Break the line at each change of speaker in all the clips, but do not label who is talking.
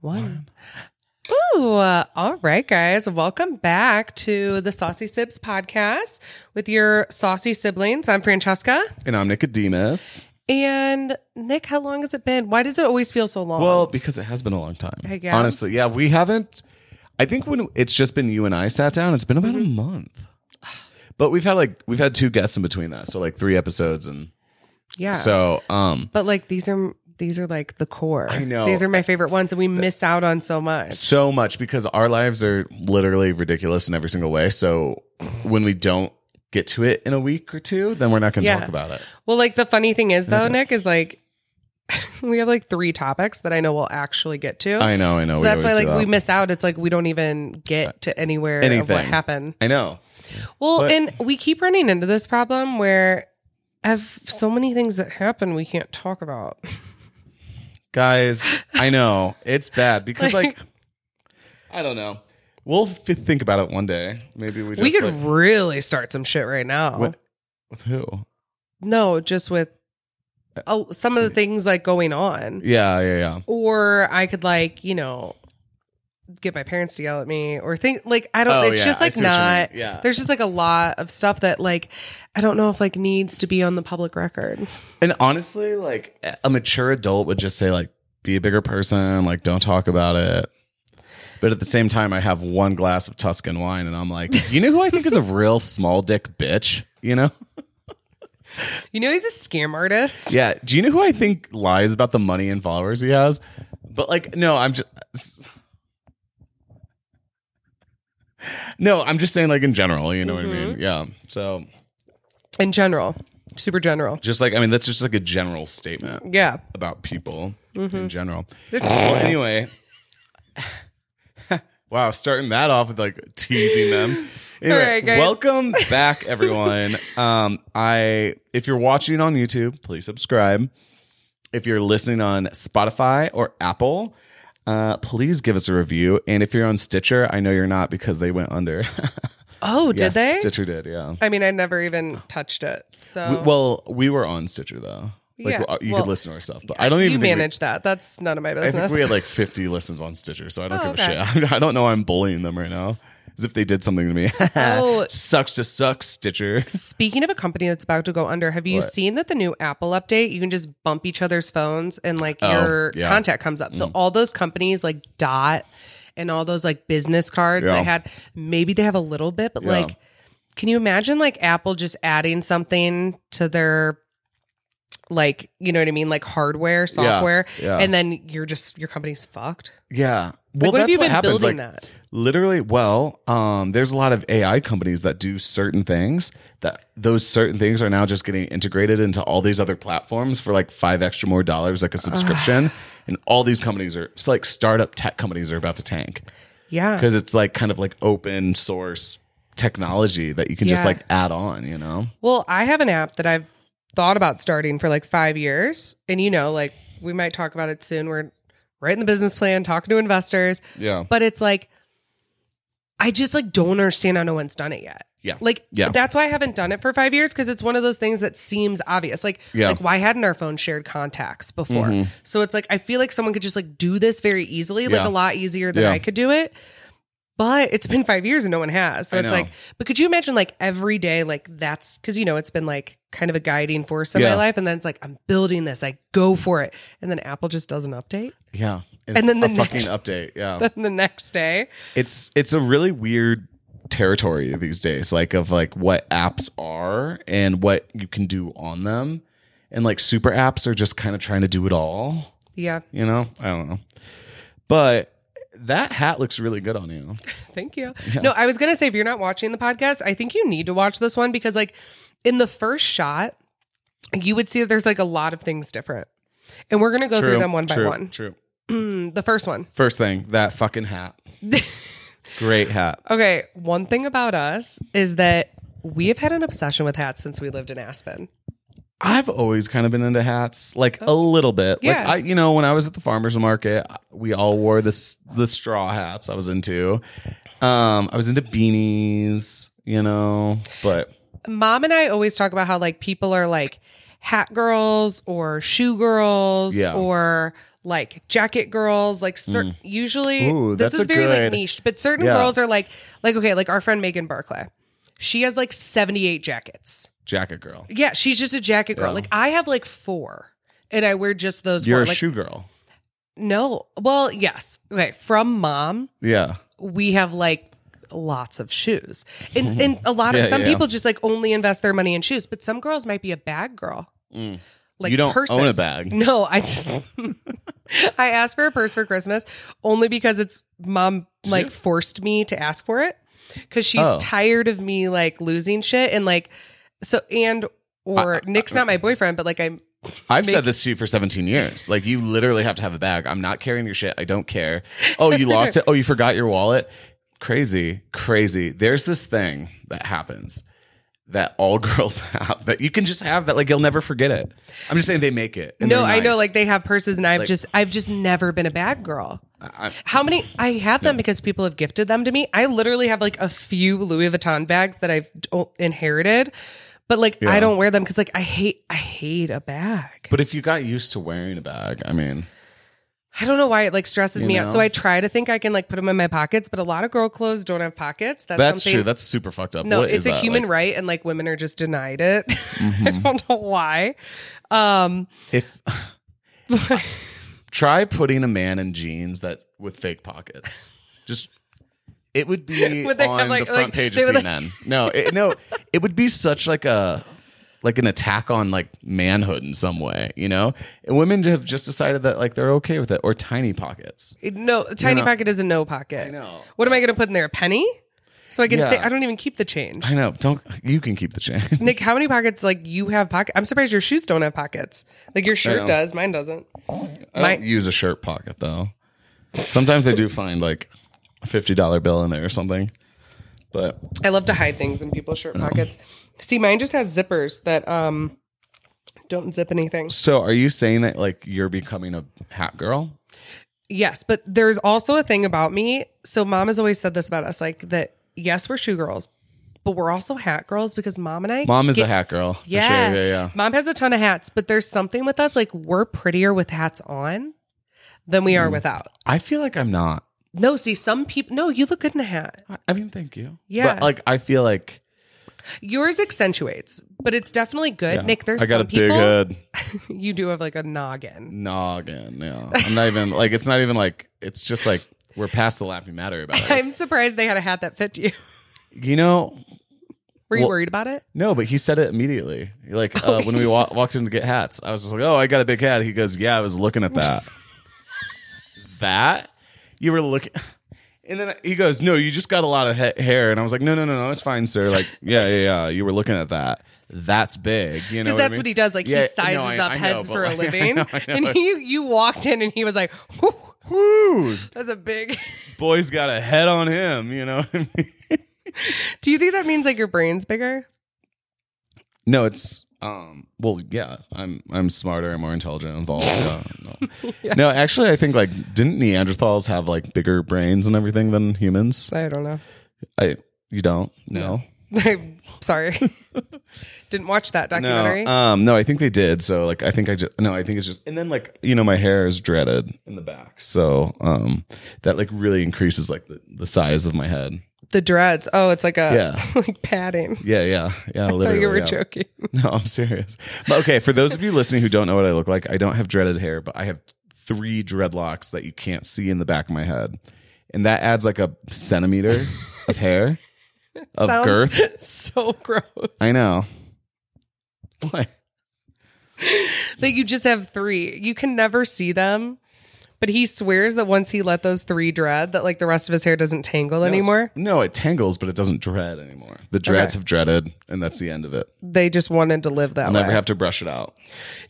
one.
Ooh, uh, all right, guys. Welcome back to the Saucy Sibs podcast with your saucy siblings. I'm Francesca.
And I'm Nicodemus.
And Nick, how long has it been? Why does it always feel so long?
Well, because it has been a long time.
I guess.
Honestly, yeah, we haven't. I think when it's just been you and I sat down, it's been about
Mm-hmm.
a month. But we've had like we've had two guests in between that, so like three episodes, and
yeah.
so um,
but like these are these are like the core. I
know.
These are my favorite ones and we miss out on so much.
so much because our lives are literally ridiculous in every single way. So when we don't get to it in a week or two, then we're not going to
Yeah.
talk about it.
Well, like the funny thing is though, Nick, is like we have like three topics that I know we'll actually get to.
I know, I know.
so
we
that's why
always
like
do
we
that. Uh,
miss out. It's like we don't even get to anywhere of what
Anything.
happened.
I know.
Well,
But-
and we keep running into this problem where I have so many things that happen we can't talk about.
guys i know it's bad because like,
Like-
i don't know we'll f- think about it one day maybe we just
we could
like,
really start some shit right now.
what, with who
No, just with uh, some of the things like going on.
yeah yeah yeah
Or I could like, you know, get my parents to yell at me or think like I don't
Oh,
it's
yeah,
just
I
like
see what you
not
mean. Yeah.
there's just like a lot of stuff that like I don't know if like needs to be on the public record.
and honestly like a mature adult would just say like be a bigger person like don't talk about it but at the same time i have one glass of tuscan wine and i'm like you know who i think is a real small dick bitch you know
You know he's a scam artist.
yeah do you know who i think lies about the money and followers he has but like no i'm just no i'm just saying like in general you know what i mean yeah so
In general. Super general.
just like i mean that's just like a general statement
Yeah.
about people
Mm-hmm.
in general well anyway wow starting that off with like teasing them Anyway,
right, guys.
welcome back everyone um i if you're watching on youtube please subscribe if you're listening on spotify or apple uh, please give us a review and if you're on stitcher i know you're not because they went under
Oh, did
Yes,
they?
stitcher did yeah
I mean, I never even touched it. So
We- well we were on stitcher though like
Oh. Yeah,
uh, you
well,
could listen to our stuff but i don't even
you
think we-
manage that. That's none of my
I think
business.
we had like 50 listens on Stitcher, so I don't
Oh,
give
okay.
a shit. I don't know why I'm bullying them right now. As if they did something to me.
Oh.
Sucks to suck, Stitcher.
Speaking of a company that's about to go under, have you seen that the new Apple update? You can just bump each other's phones and like your
Oh, yeah. Mm.
contact comes up. So all those companies like Dot and all those like business cards
Yeah.
they had, maybe they have a little bit, but
Yeah.
like, can you imagine like Apple just adding something to their like you know what I mean, like hardware, software,
yeah.
and then you're just your company's fucked.
Yeah.
Like,
Well,
what have
that's
you
what
been
happens.
building
like,
that?
Literally, well, um, there's a lot of AI companies that do certain things that those certain things are now just getting integrated into all these other platforms for like five extra more dollars, like a subscription. and all these companies are it's like startup tech companies are about to tank.
Yeah,
Because it's like kind of like open source technology that you can just
Yeah.
like add on, you know?
Well, I have an app that I've thought about starting for like five years. And you know, like we might talk about it soon. We're writing the business plan, talking to investors.
Yeah.
But it's like I just like don't understand how no one's done it yet.
Yeah.
Like
Yeah.
that's why I haven't done it for five years because it's one of those things that seems obvious. Like,
Yeah. Mm-hmm.
like why hadn't our phone shared contacts before? So it's like I feel like someone could just like do this very easily, like
Yeah.
a lot easier than
Yeah.
I could do it. But it's been five years and no one has. So
I
it's
know.
like, but could you imagine like every day, like that's because you know it's been like kind of a guiding force in my
Yeah.
life, and then it's like I'm building this, I go for it, and then Apple just doesn't update.
Yeah.
And then the
a fucking
next-
update. Yeah.
Then the next day,
it's it's a really weird territory these days, like of like what apps are and what you can do on them. And like super apps are just kind of trying to do it all,
yeah,
you know? I don't know. But that hat looks really good on you.
Thank you. No, I was gonna say if you're not watching the podcast, I think you need to watch this one because like in the first shot, you would see that there's like a lot of things different. And we're gonna go through them one
true,
by one. Mm,
True.
The first one.
First thing, that fucking hat. Great hat.
Okay, one thing about us is that we have had an obsession with hats since we lived in Aspen.
I've always kind of been into hats, like a little bit. Like
Yeah.
I, you know, when I was at the farmers market, we all wore this the straw hats. I was into. Um, I was into beanies, you know, but
Mom and I always talk about how like people are like hat girls or shoe girls
Yeah. Mm.
or like jacket girls, like certain usually
Ooh,
this
that's
is
a
very like
good-
niche, but certain
Yeah.
girls are like like okay, like our friend Megan Barclay. She has like 78 jackets.
Jacket girl.
Yeah, she's just a jacket girl.
Yeah.
Like I have like four. And I wear just those
You're
four.
a
Like
shoe girl.
no. Well, yes. Okay. From mom,
Yeah.
we have like lots of shoes. And, and a lot of
Yeah,
some
yeah.
people just like only invest their money in shoes, but some girls might be a bag girl. Like
Mm. You don't
purses.
own a bag.
No, I I asked for a purse for Christmas only because it's mom like
you?
forced me to ask for it cuz she's
Oh.
tired of me like losing shit and like so and or Nick's not my boyfriend, but like I'm
I've said this to you for 17 years. Like, you literally have to have a bag. I'm not carrying your shit. I don't care. Oh, you lost it. Oh, you forgot your wallet. Crazy, crazy. There's this thing that happens that all girls have that you can just have that, like, you'll never forget it. I'm just saying they make it. and
No,
they're
I know.
nice.
Like they have purses, and I've just I've just never been a bad girl. How many I have them because people have gifted them to me. I literally have like a few Louis Vuitton bags that I've d- inherited, but like I don't wear them because like I hate I hate a bag.
but if you got used to wearing a bag, I mean,
I don't know why it like stresses me out.
know?
So I try to think I can like put them in my pockets, but a lot of girl clothes don't have pockets. That's,
that's
something.
true. That's super fucked up.
no,
What
it's
is
a
that?
human
Like, Mm-hmm.
right, and like women are just denied it. I don't know why. Um,
if try putting a man in jeans that with fake pockets just it would be
Would they have,
on the
like-
front
like,
page
they
of
would, like-
cnn no it, no it would be such like a like an attack on like manhood in some way you know and women have just decided that like they're okay with it or tiny pockets
No, a tiny
no.
pocket is a no pocket. I
know.
What am I going to put in there? A penny? So I can
Yeah.
say I don't even keep the change.
i know don't you can keep the change
Nick, how many pockets like you have pocket? I'm surprised your shoes don't have pockets. Like your
know.
shirt does, mine doesn't.
i
My-
don't use a shirt pocket though sometimes i do find like a $50 bill in there or something but
I love to hide things in people's shirt pockets. See, mine just has zippers that um don't zip anything.
so are you saying that like you're becoming a hat girl
Yes, but there's also a thing about me. So mom has always said this about us like that yes, we're shoe girls, but we're also hat girls because mom and I
Mom is
get
a hat girl. for
Yeah.
Sure. Yeah, yeah.
Mom has a ton of hats, but there's something with us like we're prettier with hats on than we
Mm.
are without.
I feel like I'm not.
No, see, some people no, you look good in a hat.
I- I mean, thank you.
Yeah.
But like I feel like
Yours accentuates, but it's definitely good.
yeah,
Nick, there's
I got
some
a big uh,
people
head
you do have like a noggin.
noggin. Yeah. I'm not even like it's not even like it's just like we're past the laughing matter about it.
I'm surprised they had a hat that fit you.
You know,
Were you
Well-
worried about it?
no, but he said it immediately. Like uh, when we wa- walked in to get hats, I was just like, "Oh, I got a big hat." He goes, "Yeah, I was looking at that." that you were looking. And then he goes, "No, you just got a lot of ha- hair." And I was like, "No, no, no, no, it's fine, sir." Like, yeah, yeah, yeah. You were looking at that. That's big. You know,
Because
I
that's
mean?
what he does. Like
Yeah,
he
no,
sizes
I-
up
I know,
heads
but
for a
like- I
living.
know, I know.
And he you walked in and he was like, Whew,
Woo,
that's a big
boy's got a head on him. You know. what I mean?
Do you think that means like your brain's bigger?
no, it's um. Well, yeah, I'm I'm smarter and more intelligent and involved. Uh, no. no, actually, I think like didn't Neanderthals have like bigger brains and everything than humans?
I don't know.
I you don't no
I'm sorry. Didn't watch that documentary.
no um no I think they did. So like I think I just no I think it's just and then like you know my hair is dreaded in the back, so um that like really increases like the, the size of my head.
the dreads. Oh, it's like a
Yeah.
like padding.
Yeah, yeah, yeah.
I thought
literally,
you were
yeah.
joking.
No, I'm serious. But okay, for those of you listening who don't know what I look like, I don't have dreaded hair, but I have three dreadlocks that you can't see in the back of my head. And that adds like a centimeter of hair of
Sounds
girth.
so gross.
I know. What?
Like you just have three. You can never see them. But he swears that once he let those three dread, that like the rest of his hair doesn't tangle anymore.
No, it tangles, but it doesn't dread anymore. The dreads
Okay.
have dreaded, and that's the end of it.
They just wanted to live that
I'll
way.
never have to brush it out.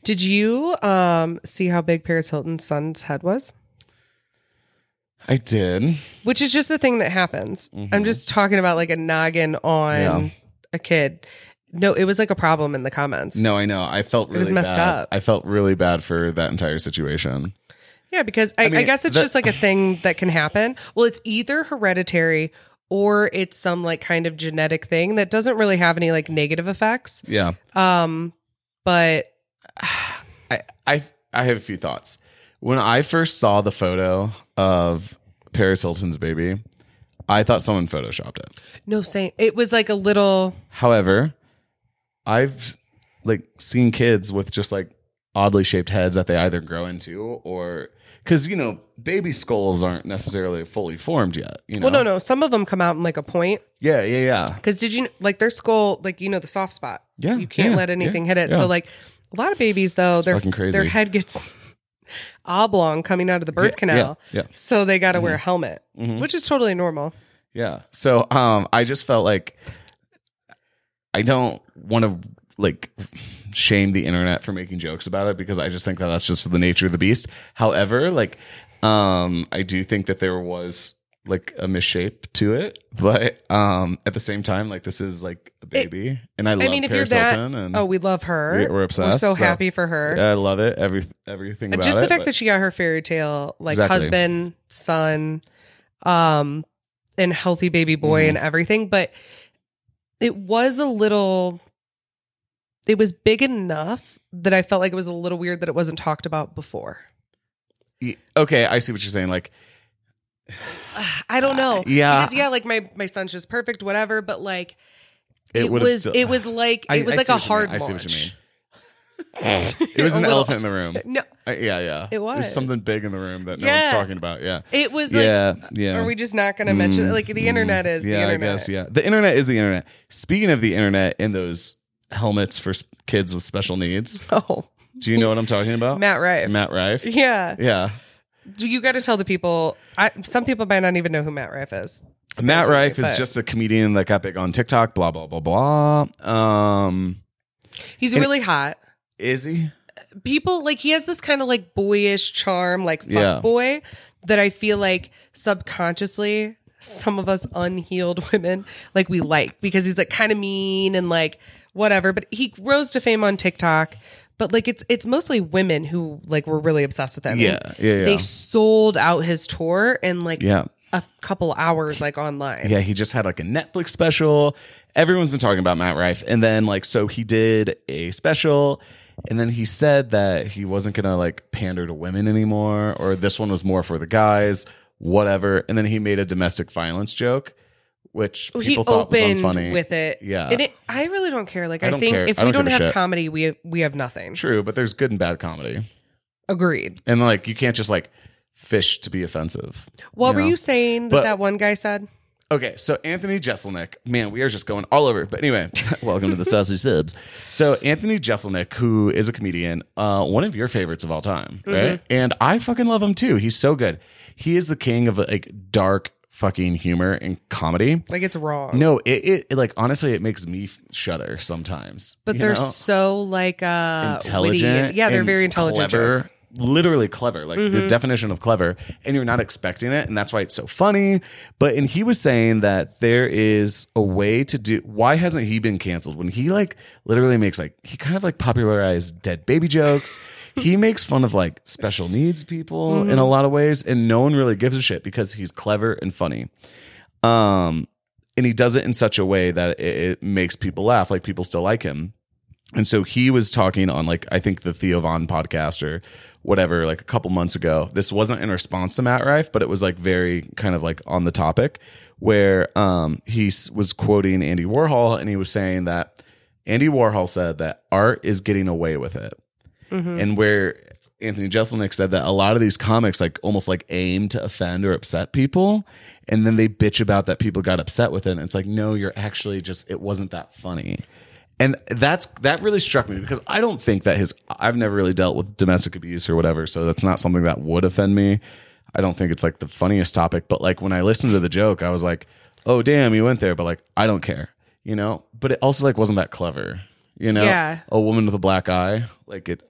Did you um see how big Paris Hilton's son's head was?
I did.
Which is just a thing that happens. I'm just talking about like a noggin on
Mm-hmm. Yeah.
a kid. No, it was like a problem in the comments.
No, I know. I felt really
was messed
bad.
up.
I felt really bad for that entire situation.
Yeah, because I, I,
mean,
guess it's
the-
just like a thing that can happen. Well, it's either hereditary or it's some like kind of genetic thing that doesn't really have any like negative effects.
Yeah.
Um, but
I I I have a few thoughts. When I first saw the photo of Paris Hilton's baby, I thought someone photoshopped it.
No, saying it was like a little.
However, I've like seen kids with just like oddly shaped heads that they either grow into or because you know baby skulls aren't necessarily fully formed yet. You know,
Well, no, no. Some of them come out in like a point.
yeah, yeah, yeah.
Because did you like their skull? Like you know the soft spot.
Yeah,
You can't
yeah,
let anything
yeah,
hit it.
yeah.
So like a lot of babies though, their
fucking crazy.
their head gets oblong coming out of the birth canal.
yeah. Mm-hmm.
So they got to wear a helmet, which is totally normal.
Yeah. So um I just felt like I don't want to like shame the internet for making jokes about it because I just think that that's just the nature of the beast. However, like um I do think that there was like a misshape to it, but um at the same time like this is like a baby and I, love
I mean, if
Paris
you're
Hilton
that,
and
oh, we love her.
Mm-hmm. we- we're obsessed.
so, happy for her.
I love it. Every everything about
just the
it,
fact
but-
that she got her fairy tale like
Exactly.
husband son um and healthy baby boy
Mm-hmm.
and everything but it was a little it was big enough that i felt like it was a little weird that it wasn't talked about before
Y- e, okay, I see what you're saying. Like
i don't know
yeah.
Oh, because yeah like my my son's just perfect whatever but like it,
would've
was
still-
it was like it was like
see
a
what you
hard
mean. I see what you
launch.
mean. It was
A
an
little-
elephant in the room.
no
Uh, yeah, yeah.
It
There's
was.
something big in the room that no
Yeah.
one's talking about. Yeah.
it was like
yeah, yeah.
are we just not gonna mention
Mm,
like the internet is the
yeah,
internet
I guess. Yeah, the internet is the internet. Speaking of the internet and those helmets for s- kids with special needs,
oh
do you know what I'm talking about?
matt rife
Matt Rife.
yeah
Yeah,
Do you got to tell the people? I, some people might not even know who Matt Rife is.
Matt Rife is
but
just a comedian that got big on TikTok. Blah blah blah blah. Um,
he's really hot.
is he?
People like he has this kind of like boyish charm, like fuck
Yeah.
boy, that I feel like subconsciously some of us unhealed women like we like because he's like kind of mean and like whatever. But he rose to fame on TikTok. But like it's it's mostly women who like were really obsessed with him.
Yeah, yeah, yeah.
They sold out his tour in like
Yeah.
a couple hours like online.
Yeah, he just had like a Netflix special. Everyone's been talking about Matt Rife. And then like so he did a special and then he said that he wasn't going to like pander to women anymore or this one was more for the guys, whatever. And then he made a domestic violence joke which
he
people thought was
opened
unfunny.
with it.
Yeah.
and it, I really don't care. Like I,
don't
think
care.
if
I
we
don't
don't
give a
have
shit.
comedy, we we have nothing.
True, but there's good and bad comedy.
Agreed.
And like you can't just like fish to be offensive.
What
you
were
know?
you saying that
But-
that one guy said?
Okay, so Anthony Jeselnik, man, we are just going all over. But anyway, welcome to the Sassy Sibs. So Anthony Jeselnik, who is a comedian, uh, one of your favorites of all time,
Mm-hmm.
right? And I fucking love him too. He's so good. He is the king of like dark fucking humor and comedy.
Like it's wrong.
No, it, it, it, like honestly, it makes me f- shudder sometimes.
but
you
they're
know?
so like uh witty
intelligent.
and- Yeah, they're
and
very intelligent.
clever.
jokes. Mm-hmm.
Literally clever, like the definition of clever, and you're not expecting it, and that's why it's so funny. But and he was saying that there is a way to do. Why hasn't he been canceled? When he like literally makes like he kind of like popularized dead baby jokes. he makes fun of like special needs people
Mm-hmm.
in a lot of ways, and no one really gives a shit because he's clever and funny. Um, and he does it in such a way that it, it makes people laugh. Like people still like him. And so he was talking on like I think the Theo Von podcast or whatever, like a couple months ago. This wasn't in response to Matt Rife, but it was like very kind of like on the topic where um he s- was quoting Andy Warhol and he was saying that Andy Warhol said that art is getting away with it. And where Anthony Jeselnik said that a lot of these comics like almost like aim to offend or upset people and then they bitch about that people got upset with it and it's like no you're actually just it wasn't that funny. And that's that really struck me because I don't think that his I've never really dealt with domestic abuse or whatever, so that's not something that would offend me. I don't think it's like the funniest topic, but like when I listened to the joke, I was like, "Oh damn, you went there," but like I don't care, you know. But it also like wasn't that clever, you know.
Yeah.
A woman with a black eye, like it.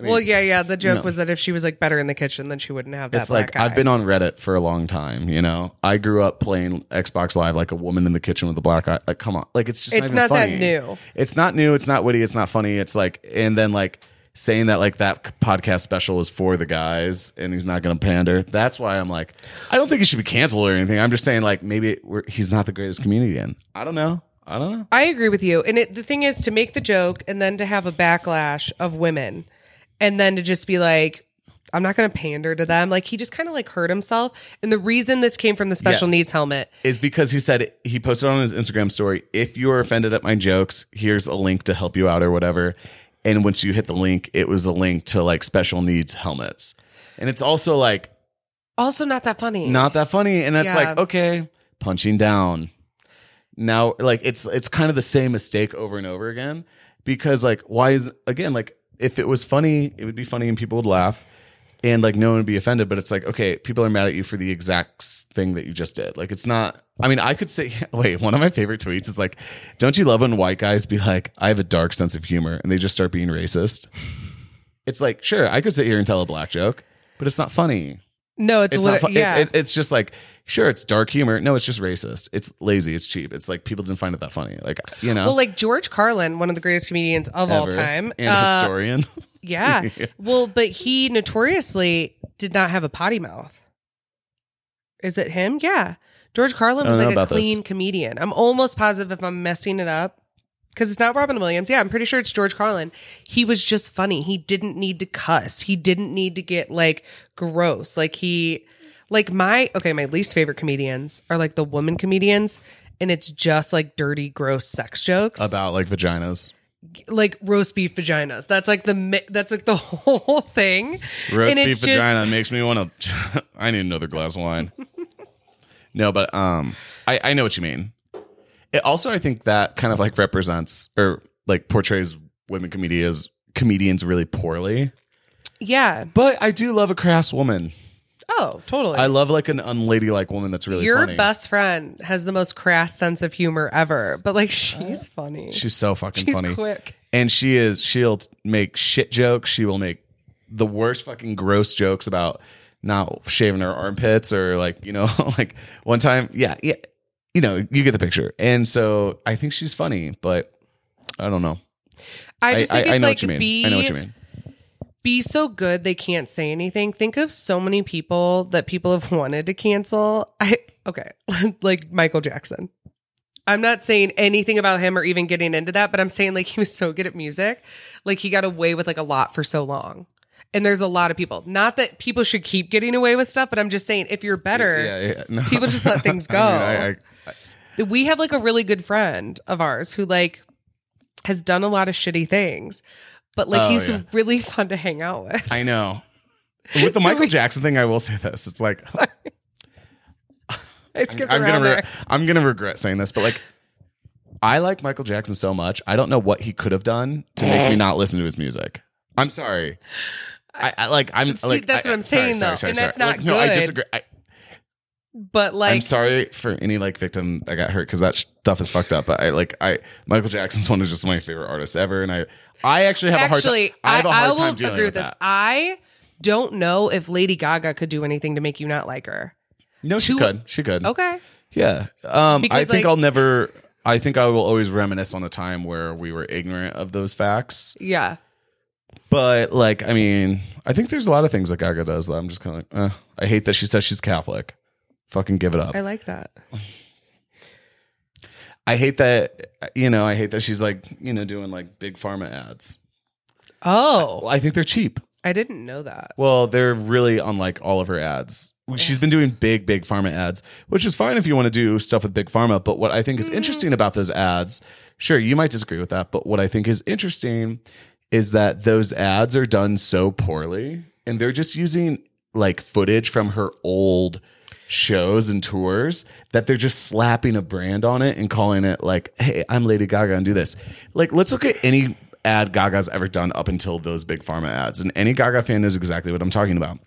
well, yeah, yeah. The joke
no.
was that if she was like better in the kitchen, then she wouldn't have that.
It's like
black eye.
I've been on Reddit for a long time, you know. I grew up playing Xbox Live like a woman in the kitchen with a black eye. Like, come on, like it's just
It's
even
not that
funny.
new.
It's not new. It's not witty. It's not funny. It's like and then like saying that like that c- podcast special is for the guys and he's not going to pander. That's why I'm like, I don't think he should be canceled or anything. I'm just saying like maybe we're, he's not the greatest comedian. I don't know. I don't know.
I agree with you. And it, the thing is to make the joke and then to have a backlash of women and then to just be like, I'm not going to pander to them. Like he just kind of like hurt himself. And the reason this came from the special
Yes.
needs helmet.
is because he said he posted on his Instagram story, if you are offended at my jokes, here's a link to help you out or whatever. And once you hit the link, it was a link to like special needs helmets. And it's also like
Also not that funny.
not that funny. And it's
Yeah.
like, okay, punching down. Now like it's it's kind of the same mistake over and over again. Because like why is again, like if it was funny, it would be funny and people would laugh. And like no one would be offended, but it's like okay, people are mad at you for the exact s- thing that you just did. Like it's not. I mean, I could say, wait, one of my favorite tweets is like, "Don't you love when white guys be like, I have a dark sense of humor," and they just start being racist? It's like, sure, I could sit here and tell a black joke, but it's not funny
No, it's,
it's
lit-
not. Fu-
yeah.
it's, it- it's just like sure, it's dark humor. No, it's just racist. It's lazy. It's cheap. It's like people didn't find it that funny. Like you know,
well, like George Carlin, one of the greatest comedians of all
ever.
time.
and
uh,
historian.
yeah. Well, but he notoriously did not have a potty mouth. Is it him? Yeah. George Carlin
I
was
don't
like
know
a
about this.
clean comedian. I'm almost positive if I'm messing it up because it's not Robin Williams. Yeah, I'm pretty sure it's George Carlin. He was just funny. He didn't need to cuss. He didn't need to get like gross. Like he, like my, okay, my least favorite comedians are like the woman comedians and it's just like dirty, gross sex jokes
about like vaginas.
like roast beef vaginas. That's like the mi- that's like the whole thing.
Roast
And it's
beef
just-
vagina makes me want to. I need another glass of wine. no, but um, I I know what you mean. It also, I think that kind of like represents or like portrays women comedians comedians really poorly.
Yeah.
But I do love a crass woman.
Oh, totally.
I love like an unladylike woman that's really
Your
funny.
best friend has the most crass sense of humor ever, but like she's funny.
She's so fucking
she's
funny.
quick.
and she is she'll make shit jokes she will make the worst fucking gross jokes about not shaving her armpits or like you know like one time yeah yeah you know you get the picture and so i think she's funny but i don't know
I
i,
just
I,
think
I
it's
know
like
what you mean
be
i know what you mean
be so good they can't say anything. Think of so many people that people have wanted to cancel. I okay, like Michael Jackson. I'm not saying anything about him or even getting into that, but I'm saying like he was so good at music. Like he got away with like a lot for so long. And there's a lot of people. Not that people should keep getting away with stuff, but I'm just saying if you're better,
yeah, yeah, no.
people just let things go.
I mean, I- I-
we have like a really good friend of ours who like has done a lot of shitty things, but like
Oh,
he's
yeah.
really fun to hang out with.
I know. With the Michael
we-
Jackson thing, I will say this: it's like
I skipped
I'm
around
gonna
there.
re- I'm gonna regret saying this, but like, I like Michael Jackson so much. I don't know what he could have done to
Eh.
make me not listen to his music. I'm sorry. I, I like. I'm
See,
like.
that's
I-
what I'm
sorry,
saying,
sorry,
though,
sorry,
and
sorry.
that's not
Like, No, I
good.
disagree. I,
but
I'm
like,
sorry for any like victim that got hurt because that sh- stuff is fucked up. But I like. I Michael Jackson's one of just my favorite artists ever, and I I actually have
actually,
a hard. time. I
I,
have a hard
I,
time
will
dealing
agree with this.
that.
I don't know if Lady Gaga could do anything to make you not like her.
No, she
Two-
could. She could.
Okay,
Yeah. Um, I
Because,
think
like-
I'll never, I think I will always reminisce on the time where we were ignorant of those facts.
yeah,
But, like, I mean, I think there's a lot of things that Gaga does that I'm just kind of like, eh. I hate that she says she's Catholic. Fucking give it up.
I like that.
I hate that, you know, I hate that she's like, you know, doing like big pharma ads.
Oh,
I think they're cheap.
I didn't know that.
Well, they're really on like all of her ads. She's been doing big, big pharma ads, which is fine if you want to do stuff with big pharma. But what I think is interesting about those ads, sure, you might disagree with that, but what I think is interesting is that those ads are done so poorly and they're just using like footage from her old shows and tours that they're just slapping a brand on it and calling it like, hey, I'm Lady Gaga and do this. Like, let's look at any ad Gaga's ever done up until those big pharma ads. And any Gaga fan knows exactly what I'm talking about.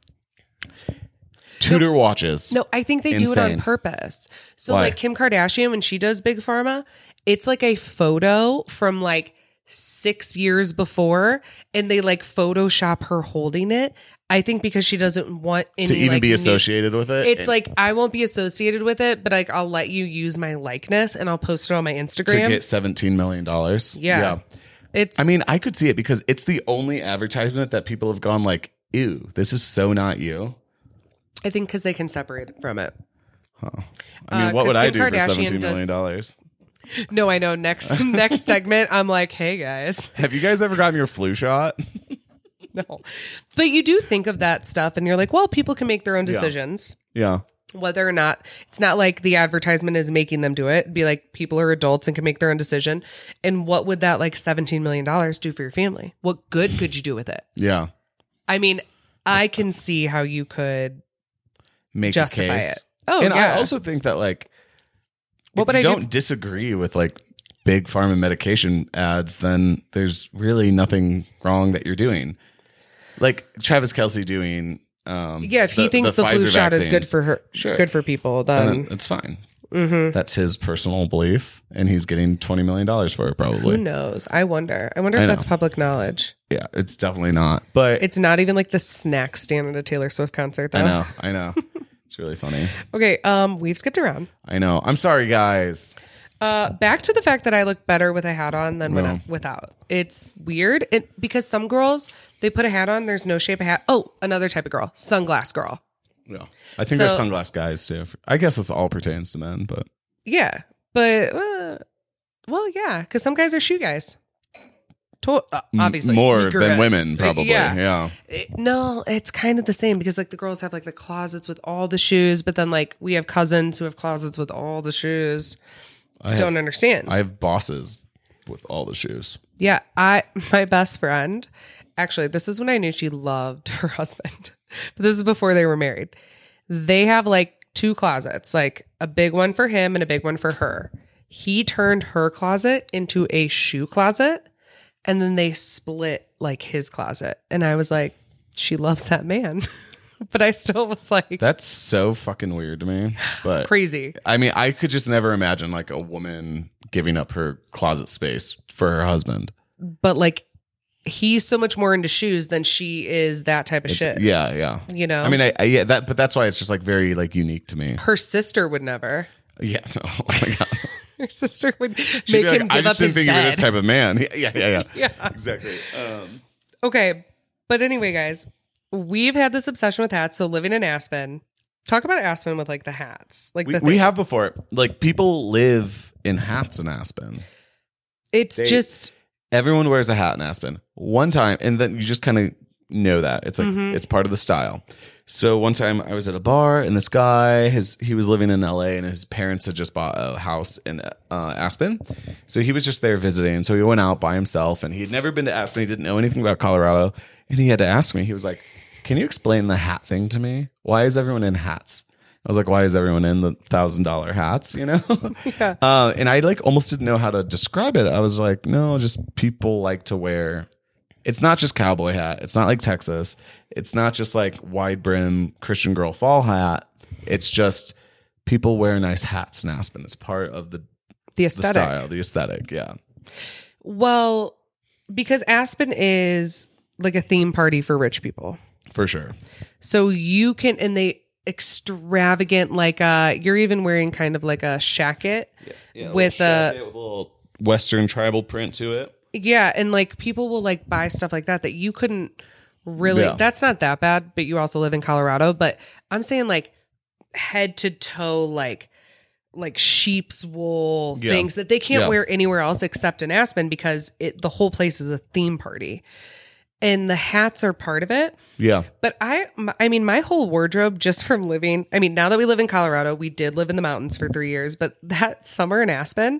Tudor watches.
No, I think they do it on
Insane.
purpose. So
Why?
like Kim Kardashian when she does Big Pharma, it's like a photo from like 6 years before and they like photoshop her holding it. I think because she doesn't want any
to even
like,
be
new-
associated with it.
It's like I won't be associated with it, but like I'll let you use my likeness and I'll post it on my
to
Instagram.
get $17 million.
yeah. It's
I mean, I could see it because it's the only advertisement that people have gone like, ew, this is so not you.
I think cuz they can separate it from it.
I mean,
Uh,
what would
'cause
I do
Kim
for
Kardashian
seventeen million dollars?
No, I know next next segment I'm like, "Hey guys,
Have you guys ever gotten your flu shot?
no. But you do think of that stuff and you're like, well, people can make their own decisions.
Yeah.
Whether or not it's not like the advertisement is making them do it. It'd be like people are adults and can make their own decision. And what would that like $17 million do for your family? What good could you do with it?
Yeah.
I mean, I can see how you could
Make a
justify
case.
it. Oh,
and
yeah.
I also think that like
what would
if
I
you
do?
don't disagree with like big pharma medication ads, then there's really nothing wrong that you're doing. Like Travis Kelsey doing. Um,
Yeah, if he thinks the, flu
Pfizer
shot is good
vaccines,
for Mm-hmm. her,
Sure.
good for people,
then
then
it's fine. That's his personal belief, and he's getting twenty million dollars for it.
who
Probably,
knows? I wonder. I wonder
I
if that's public knowledge.
yeah, it's definitely not. But
It's not even like the snack stand at a Taylor Swift concert, though.
I know, I know, it's really funny.
Okay, um, we've skipped around.
I know. I'm sorry, guys.
Uh, back to the fact that I look better with a hat on than
No.
when, without. It's weird it, because some girls they put a hat on. There's no shape of hat. Oh, another type of girl, sunglass girl.
Yeah, I think
So-
there's sunglass guys too. I guess this all pertains to men, but
Yeah, but uh, well, yeah, because some guys are shoe guys. To- uh, obviously,
more than
sneakerheads.
women, probably.
Yeah.
yeah.
It- no, it's kind of the same because like the girls have like the closets with all the shoes, but then like we have cousins who have closets with all the shoes.
I
Don't
have,
understand.
I have bosses with all the shoes.
Yeah, I my best friend. Actually, this is when I knew she loved her husband. But this is before they were married. They have like two closets, like a big one for him and a big one for her. He turned her closet into a shoe closet and then they split like his closet. And I was like, she loves that man. but I still was like
That's so fucking weird to me. But
crazy.
I mean, I could just never imagine like a woman giving up her closet space for her husband.
But like he's so much more into shoes than she is that type of shit.
Yeah, yeah.
You know?
I mean, I, I yeah, that but that's why it's just like very like unique to me.
her sister would never.
Yeah. No. Oh my god.
Her sister would
She'd
make
be like,
him
I
give up
just didn't
his
think you were this
bed.
type of man. Yeah, yeah, yeah. yeah.
Yeah.
Exactly. Um,
Okay. But anyway, guys, we've had this obsession with hats. So living in Aspen, talk about Aspen with like the hats. Like
we,
the
we
thing.
have before. Like people live in hats in Aspen.
it's
they-
just
everyone wears a hat in Aspen one time, and then you just kind of know that it's like it's part of the style. So one time I was at a bar, and this guy his he was living in L.A. and his parents had just bought a house in uh, Aspen, so he was just there visiting. So he went out by himself, and he had never been to Aspen. He didn't know anything about Colorado, and he had to ask me. He was like, "Can you explain the hat thing to me? Why is everyone in hats?" I was like, why is everyone in the thousand dollar hats? You know, uh, and I like almost didn't know how to describe it. I was like, no, just people like to wear. It's not just cowboy hat. It's not like Texas. It's not just like wide brim Christian girl fall hat. It's just people wear nice hats in Aspen. It's part of the,
the
the
aesthetic.
style, the aesthetic. Yeah,
Well, because Aspen is like a theme party for rich people.
for sure.
So you can and they extravagant like uh you're even wearing kind of like a shacket with a
little Western tribal print to it.
Yeah, and like people will like buy stuff like that that you couldn't really.
Yeah.
That's not that bad, but you also live in Colorado. But I'm saying like head to toe, like like sheep's wool
Yeah.
things that they can't
Yeah.
wear anywhere else except in Aspen because it the whole place is a theme party, and the hats are part of it.
Yeah,
But I, my- I mean, my whole wardrobe just from living. I mean, now that we live in Colorado, we did live in the mountains for three years, but that summer in Aspen,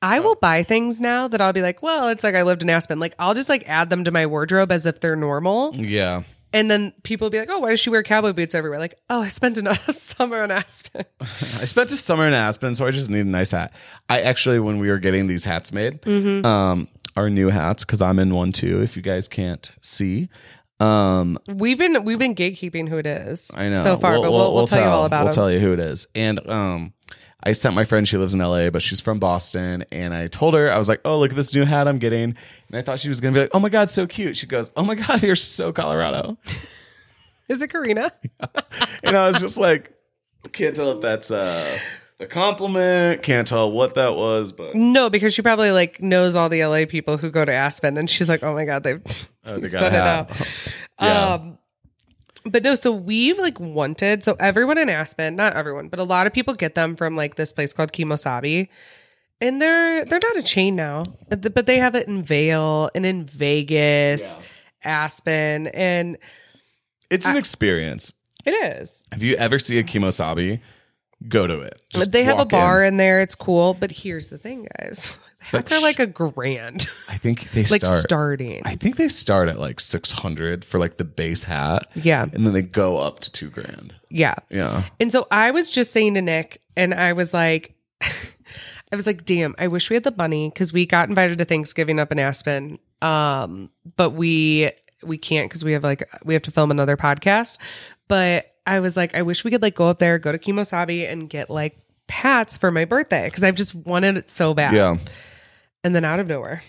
I will buy things now that I'll be like, well, it's like I lived in Aspen. Like I'll just like add them to my wardrobe as if they're normal,
yeah.
and then people will be like, oh, why does she wear cowboy boots everywhere? Like, oh, I spent a summer in Aspen.
I spent a summer in Aspen, so I just need a nice hat. I actually, when we were getting these hats made,
Mm-hmm.
um, our new hats, because I'm in one too. If you guys can't see, um,
We've been we've been gatekeeping who it is.
I know
so far, but we'll, we'll, tell, you all about
We'll
them.
tell you who it is. And um, I sent my friend. She lives in L.A., but she's from Boston. And I told her I was like, "Oh, look at this new hat I'm getting." And I thought she was gonna be like, "Oh my god, so cute." She goes, "Oh my god, you're so Colorado."
Is it Karina?
and I was just like, "Can't tell if that's uh, a compliment. Can't tell what that was, but."
No, because she probably like knows all the LA people who go to Aspen, and she's like, "Oh my god, they've
Oh, they
he's
got a
done it
hat.
out."
Yeah.
Um, but no, so we've like wanted so everyone in Aspen, not everyone, but a lot of people get them from like this place called Kimosabi, and they're they're not a chain now, but, th- but they have it in Vale and in Vegas. Aspen, and
It's an experience.
it is.
If you ever see a kimosabi, go to it. Just
they have a
walk
bar
in.
in. there. It's cool. But here's the thing, guys.
like
Hats are
sh-
like a grand,
I think they
like
start.
starting.
I think they start at like six hundred for like the base hat.
Yeah.
and then they go up to two grand.
yeah.
Yeah,
And so I was just saying to Nick, and I was like, I was like, damn, I wish we had the money because we got invited to Thanksgiving up in Aspen. Um, but we we can't because we have like we have to film another podcast. But I was like, I wish we could like go up there, go to Kimosabi, and get like Pats for my birthday because I've just wanted it so bad.
yeah.
And then out of nowhere,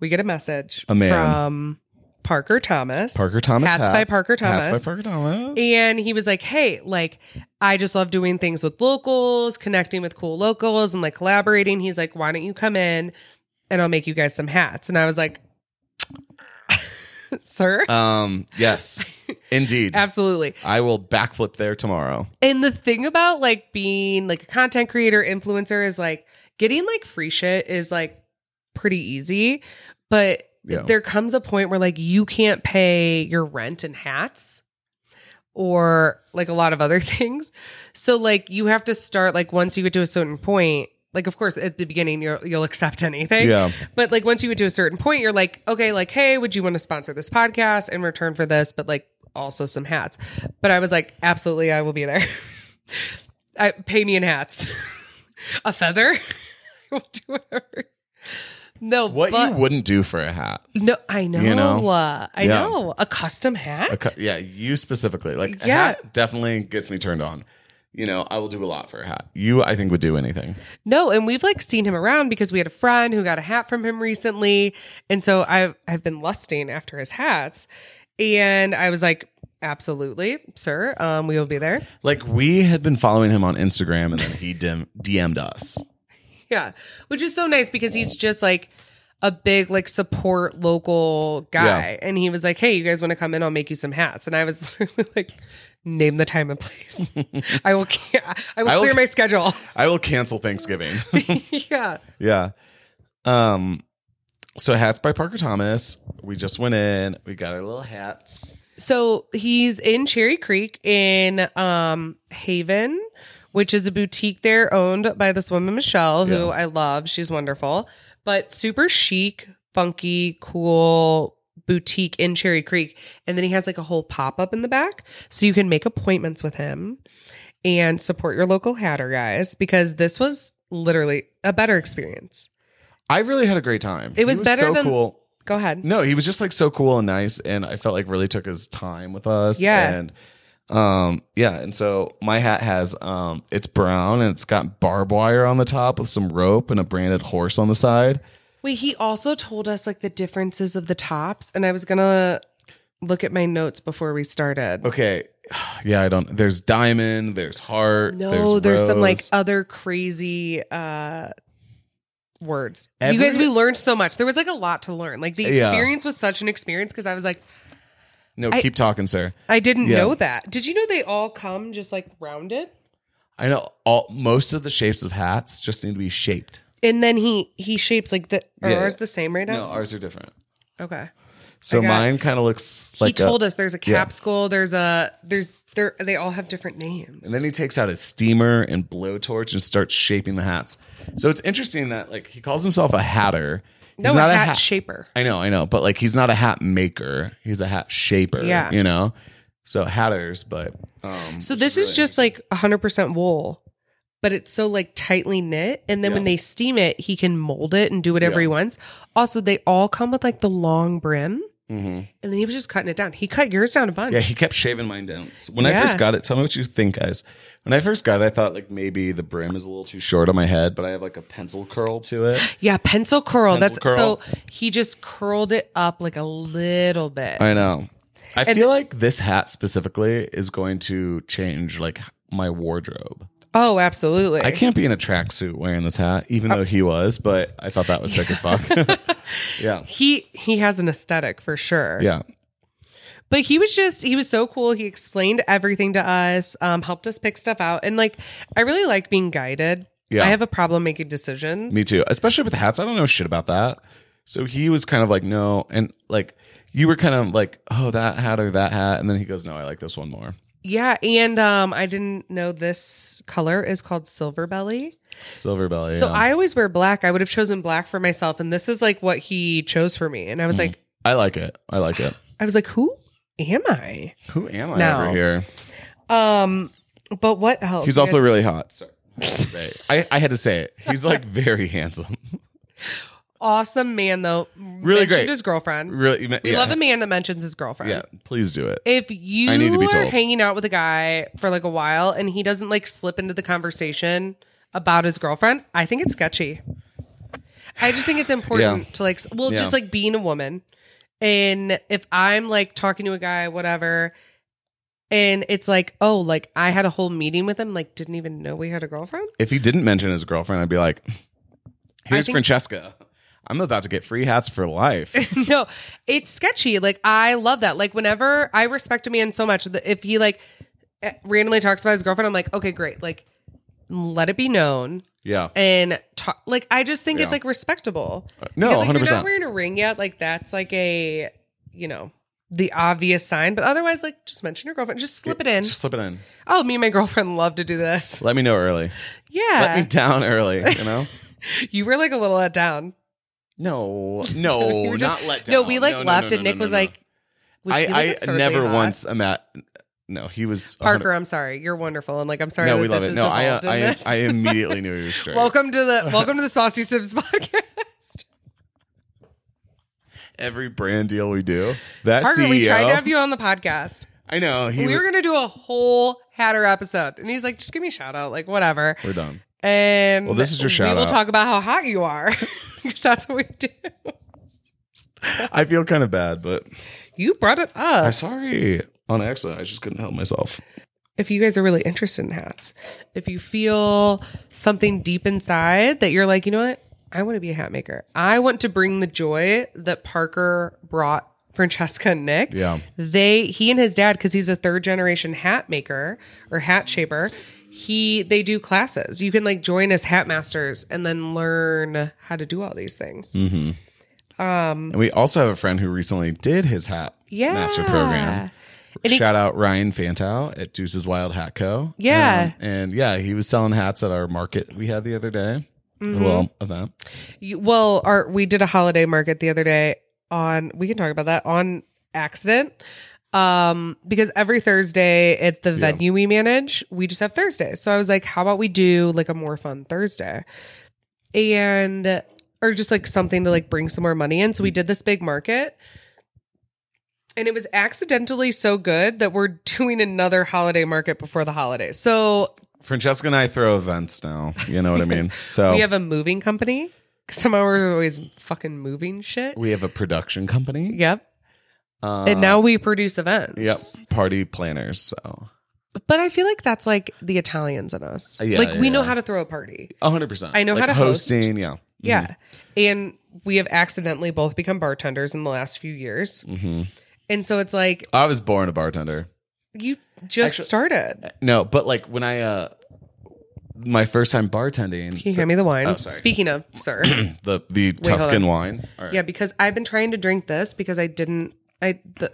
we get a message
A man.
from Parker Thomas.
Parker Thomas
Hats
hats,
by Parker Thomas.
Hats by Parker Thomas.
And he was like, hey, like, I just love doing things with locals, connecting with cool locals, and like collaborating. He's like, why don't you come in and I'll make you guys some hats? And I was like, sir,
um, yes, indeed.
absolutely.
I will backflip there tomorrow.
And the thing about like being like a content creator, influencer is like getting like free shit is like pretty easy, but
Yeah.
there comes a point where like you can't pay your rent and hats or like a lot of other things. So like you have to start like once you get to a certain point, like of course at the beginning you'll you'll accept anything.
Yeah.
But like once you get to a certain point, you're like, okay, like, hey, would you want to sponsor this podcast in return for this? But like also some hats. But I was like, absolutely, I will be there. I pay me in hats. a feather. I will do whatever. No,
What
but
you wouldn't do for a hat?
no, I know.
know?
uh, I
Yeah.
know. A custom hat.
A cu- yeah, you specifically. Like a
Yeah.
hat definitely gets me turned on. You know, I will do a lot for a hat. You, I think, would do anything.
No, and we've like seen him around because we had a friend who got a hat from him recently, and so I've I've been lusting after his hats, and I was like, absolutely, sir, um, we will be there.
Like we had been following him on Instagram, and then he dim- DM'd us.
Yeah, which is so nice because he's just like a big like support local guy, and he was like, hey, you guys want to come in? I'll make you some hats, and I was literally like. Name the time and place. I will. ca- I will
I will-
clear my schedule.
I will cancel Thanksgiving.
yeah,
yeah. Um. So hats by Parker Thomas. We just went in. We got our little hats.
So he's in Cherry Creek in um Haven, which is a boutique there owned by this woman Michelle, who
Yeah.
I love. She's wonderful, but super chic, funky, cool boutique in Cherry Creek. And then he has like a whole pop up in the back, so you can make appointments with him and support your local hatter guys because this was literally a better experience.
I really had a great time. He
was better
so
than-
cool.
Go ahead.
No, he was just like so cool and nice, and I felt like really took his time with us.
Yeah.
and um, yeah, and so my hat has um, it's brown and it's got barbed wire on the top with some rope and a branded horse on the side.
Wait, he also told us like the differences of the tops, and I was gonna look at my notes before we started.
Okay, yeah, I don't. There's diamond. There's heart.
No, there's, some like
rose.
other crazy uh words.
Every-
you guys, we learned so much. There was like a lot to learn. Like the
Yeah.
experience was such an experience because I was like,
no.
I-
keep talking, sir.
I didn't
Yeah.
know that. Did you know they all come just like rounded?
I know all most of the shapes of hats just seem to be shaped.
And then he he shapes like the are
Yeah.
ours the same right
No,
now?
ours are different.
Okay.
So
got-
mine kind of looks like
he told
a,
us there's a capsule, there's a there's there they all have different names.
And then he takes out his steamer and blowtorch and starts shaping the hats. So it's interesting that like he calls himself a hatter.
no,
he's
a
not
hat,
a hat.
shaper.
I know, I know, but like he's not a hat maker. He's a hat shaper.
Yeah.
you know. So hatters, but um,
So this is just like 100% wool, but it's so like tightly knit. And then when
Yeah.
they steam it, he can mold it and do whatever he
Yeah.
wants. Also, they all come with like the long brim.
Mhm.
And then he was just cutting it down. He cut yours down a bunch.
yeah, he kept shaving mine down. So when
Yeah.
I first got it, tell me what you think, guys. When I first got it, I thought like maybe the brim is a little too short on my head, but I have like a pencil curl to it.
Yeah, pencil curl. That's
Pencil curl.
so he just curled it up like a little bit.
I know. I feel like this hat specifically is going to change like my wardrobe.
oh, absolutely.
I can't be in a tracksuit wearing this hat, even though he was, but I thought that was sick as fuck. yeah.
he he has an aesthetic for sure.
Yeah.
But he was just he was so cool. He explained everything to us, um, helped us pick stuff out. And like I really like being guided.
Yeah.
I have a problem making decisions.
Me too. Especially with hats. I don't know shit about that. So he was kind of like, no. And like, you were kind of like, oh, that hat or that hat. And then he goes, no, I like this one more.
Yeah, and um, I didn't know this color is called silver belly.
Silver belly.
So
yeah.
I always wear black. I would have chosen black for myself, and this is like what he chose for me. And I was
Mm-hmm.
like,
I like it. I like it.
I was like, who am I?
Who am I
No.
over here?
Um, but what else?
He's
You
also
guys-
really hot. So I, had to say it. I, I had to say it. He's like very handsome.
awesome man though. Really
great.
His girlfriend.
Really,
We love a man that mentions his girlfriend.
Yeah, please do it.
If you
I need to be
are
told.
hanging out with a guy for like a while and he doesn't like slip into the conversation about his girlfriend, I think it's sketchy. I just think it's important
Yeah.
to like, s- well,
Yeah.
just like being a woman. And if I'm like talking to a guy, whatever, and it's like, oh, like I had a whole meeting with him, like didn't even know we had a girlfriend.
If he didn't mention his girlfriend, I'd be like, here's
think-
Francesca. I'm about to get free hats for life.
no, it's sketchy. Like I love that. Like whenever I respect a man so much that if he like eh, randomly talks about his girlfriend, I'm like, okay, great. Like let it be known
Yeah.
and talk. Like I just think it's
Yeah.
like respectable.
Uh, No,
because, like, you are not
100%.
wearing a ring yet. Like that's like a you know the obvious sign. But otherwise, like just mention your girlfriend. Just slip it in.
Just slip it in.
oh, me and my girlfriend love to do this.
Let me know early. Let me
Yeah,
down early, you know?
you were like a little let down.
No,
You
no,
were just-
Oh, not let down.
No, we like
no,
left,
no,
and
no,
Nick
no,
was
no.
like. Was he, like,
I, I
absurdly
never
hot?
once met. No, he was a
Parker, I'm sorry. You're wonderful, and like I'm sorry
hundred- No,
that
we
this
love
is
it. No, I,
devolved in
I,
this.
I immediately knew he was straight.
welcome to the welcome to the Saucy Sips podcast.
Every brand deal we do, that
Parker,
CEO.
we tried to have you on the podcast.
I know he.
we
w-
were gonna do a whole Hatter episode, and he's like, "Just give me a shout out, like whatever."
we're done.
And
Well, this is your shout
We will
out.
talk about how hot you are 'Cause that's what we do.
I feel kind of bad, but
You brought it
I'm
up.
sorry on accident. I just couldn't help myself.
If you guys are really interested in hats, if you feel something deep inside that you're like, you know what, I want to be a hat maker. I want to bring the joy that Parker brought Francesca and Nick.
Yeah.
they he and his dad because he's a third generation hat maker or hat shaper he they do classes you can like join as hat masters and then learn how to do all these things
Mm-hmm. And we also have a friend who recently did his hat
yeah
master program.
And he-
Shout out Ryan Fantow at Deuces Wild Hat Co.
Yeah.
Um, and yeah, he was selling hats at our market we had the other day. A
Mm-hmm.
little event.
You- well our, we did a holiday market the other day on we can talk about that on accident um because every thursday at the venue we manage we just have thursday so i was like how about we do like a more fun thursday and or just like something to like bring some more money in so we did this big market and it was accidentally so good that we're doing another holiday market before the holidays so
Francesca and I throw events now. You know what I mean? So
we have a moving company because somehow we're always fucking moving shit
we have a production company.
Yep.
Uh,
and now we produce events.
Yep. Party planners. So
But I feel like that's like the Italians in us.
Uh, Yeah,
like we
yeah,
know
yeah. Mm-hmm.
how to throw a party.
100%.
I know how to host.
hosting. Yeah.
Yeah. And we have accidentally both become bartenders in the last few years.
Mm.
And so it's like
Mm-hmm. I was born a bartender.
you just
Actu-
started.
No, but like when I, uh, my first time bartending,
Can you hand me the wine?
Oh, sorry.
Speaking of, sir.
the the
hold
Tuscan
on.
wine. All right.
yeah, because I've been trying to drink this because I didn't I the,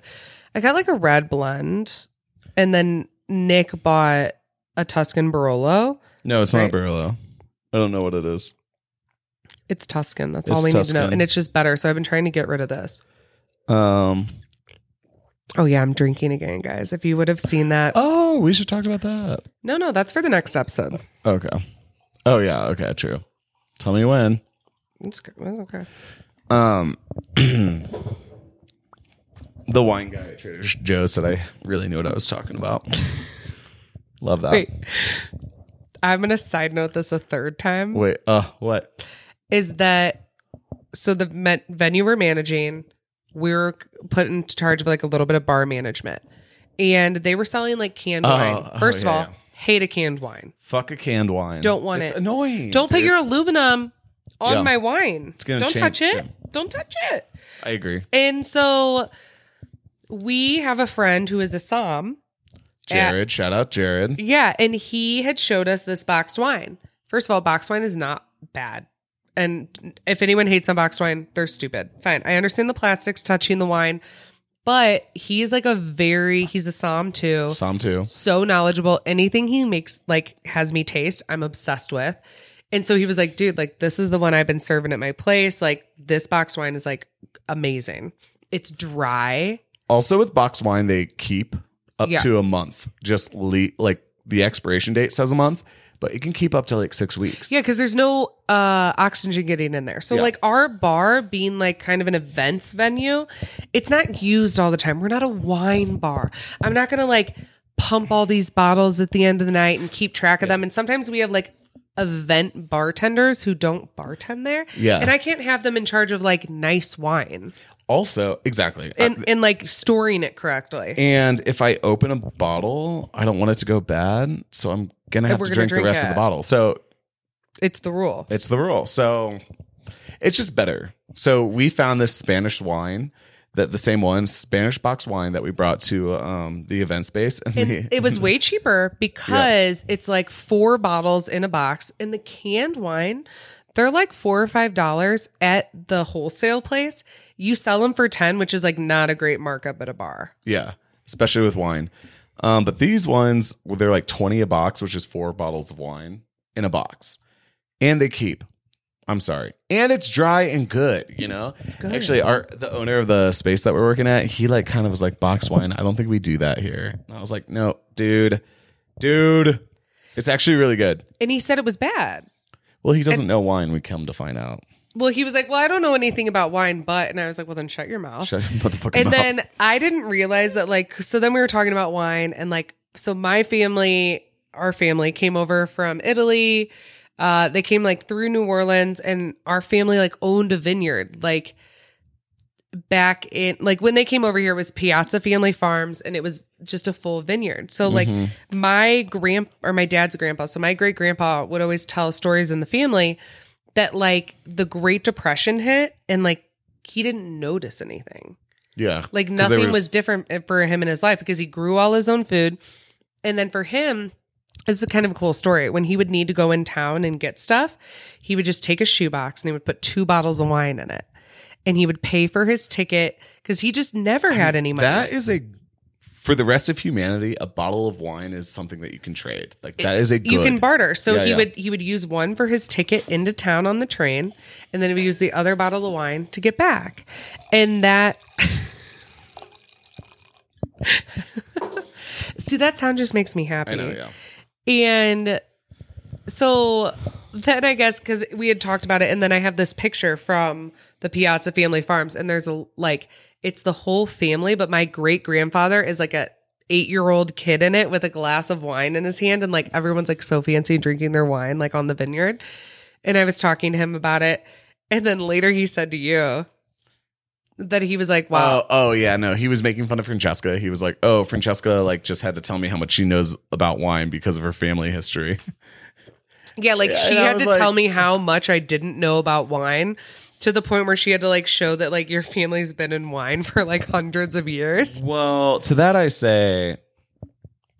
I got like a red blend and then Nick bought a Tuscan Barolo.
No, it's
Right.
not a Barolo. I don't know what it is.
It's Tuscan. That's
It's
all we need to know.
Tuscan.
And it's just better. So I've been trying to get rid of this.
Um.
Oh yeah, I'm drinking again, guys. If you would have seen that.
Oh, we should talk about that.
No, no, that's for the next episode.
Okay. Oh yeah. Okay. True. Tell me when.
It's good. That's okay.
Um. the wine guy at Trader Joe said I really knew what I was talking about. Love that.
Wait. I'm gonna side note this a third time.
Wait. Uh. What?
Is that so the men- venue we're managing, we were put in charge of like a little bit of bar management. And they were selling like canned wine.
oh,
First
yeah,
of all,
yeah.
hate a canned wine.
Fuck a canned wine.
Don't want
it's
it.
Annoying.
Don't put
dude.
your aluminum on
Yeah.
my wine.
gonna
Don't
change-
touch it.
yeah.
Don't touch it.
I agree.
And so we have a friend who is a Psalm.
Jared. shout out Jared.
Yeah. And he had showed us this boxed wine. First of all, boxed wine is not bad and if anyone hates unboxed wine, they're stupid. Fine. I understand the plastics touching the wine, but he's like a very he's a psalm too.
Psalm too.
So knowledgeable. Anything he makes like has me taste, I'm obsessed with. And so he was like, dude, like this is the one I've been serving at my place. Like this box wine is like amazing. It's dry.
Also, with box wine, they keep up
Yeah.
to a month. Just le- like the expiration date says a month, but it can keep up to like six weeks.
Yeah, because there's no uh, oxygen getting in there. So,
Yeah.
like, our bar being like kind of an events venue, it's not used all the time. We're not a wine bar. I'm not going to like pump all these bottles at the end of the night and keep track of them. And sometimes we have like event bartenders who don't bartend there.
Yeah.
And I can't have them in charge of like nice wine
Also, exactly. Uh,
and, and like storing it correctly.
and if I open a bottle, I don't want it to go bad, so I'm gonna have
we're
to
gonna
drink,
drink
the rest
it.
of the bottle. So
it's the rule.
It's the rule. So it's just better. So we found this Spanish wine that the same one Spanish box wine that we brought to um, the event space. And
And
the,
it was way cheaper because it's like four bottles in a box, and the canned wine, they're like four or five dollars at the wholesale place. You sell them for ten, which is like not a great markup at a bar.
yeah, especially with wine. Um, but these ones, well, they're like 20 a box, which is four bottles of wine in a box. And they keep. I'm sorry. And it's dry and good, you know? It's
good.
Actually, our the owner of the space that we're working at, he like kind of was like, box wine, I don't think we do that here. And I was like, no, dude, dude. It's actually really good.
And he said it was bad.
Well, he doesn't know wine. We come to find out.
Well, he was like, "Well, I don't know anything about wine, but," and I was like, "Well, then shut your mouth."
Shut your motherfucking
Oh. and
mouth.
then I didn't realize that like so then we were talking about wine and like so my family our family came over from Italy uh they came like through New Orleans and our family like owned a vineyard like back in like when they came over here it was Piazza Family Farms and it was just a full vineyard. So like my grand or my dad's grandpa, so my great grandpa would always tell stories in the family that like the Great Depression hit and like he didn't notice anything.
yeah,
Like
'Cause there
nothing was, different eh, for him in his life because he grew all his own food. And then for him, this is a kind of a cool story. When he would need to go in town and get stuff, he would just take a shoebox and he would put two bottles of wine in it. And he would pay for his ticket because he just never had any money.
that is a for the rest of humanity. A bottle of wine is something that you can trade. Like that is a good.
you can barter. So
Yeah,
he
yeah.
would he would use one for his ticket into town on the train, and then he would use the other bottle of wine to get back. And that See that sound just makes me happy.
I know. Yeah.
And so then I guess because we had talked about it, and then I have this picture from the Piazza Family Farms, and there's a like it's the whole family, but my great grandfather is like a eight year old kid in it with a glass of wine in his hand, and like everyone's like so fancy drinking their wine like on the vineyard. And I was talking to him about it, and then later he said to you that he was like, "Wow,
Oh, oh yeah. No, he was making fun of Francesca. He was like, "Oh, Francesca, like just had to tell me how much she knows about wine because of her family history."
Yeah, like she
and I
had
was
to
like-
tell me how much I didn't know about wine to the point where she had to like show that like your family's been in wine for like hundreds of years.
well, to that I say,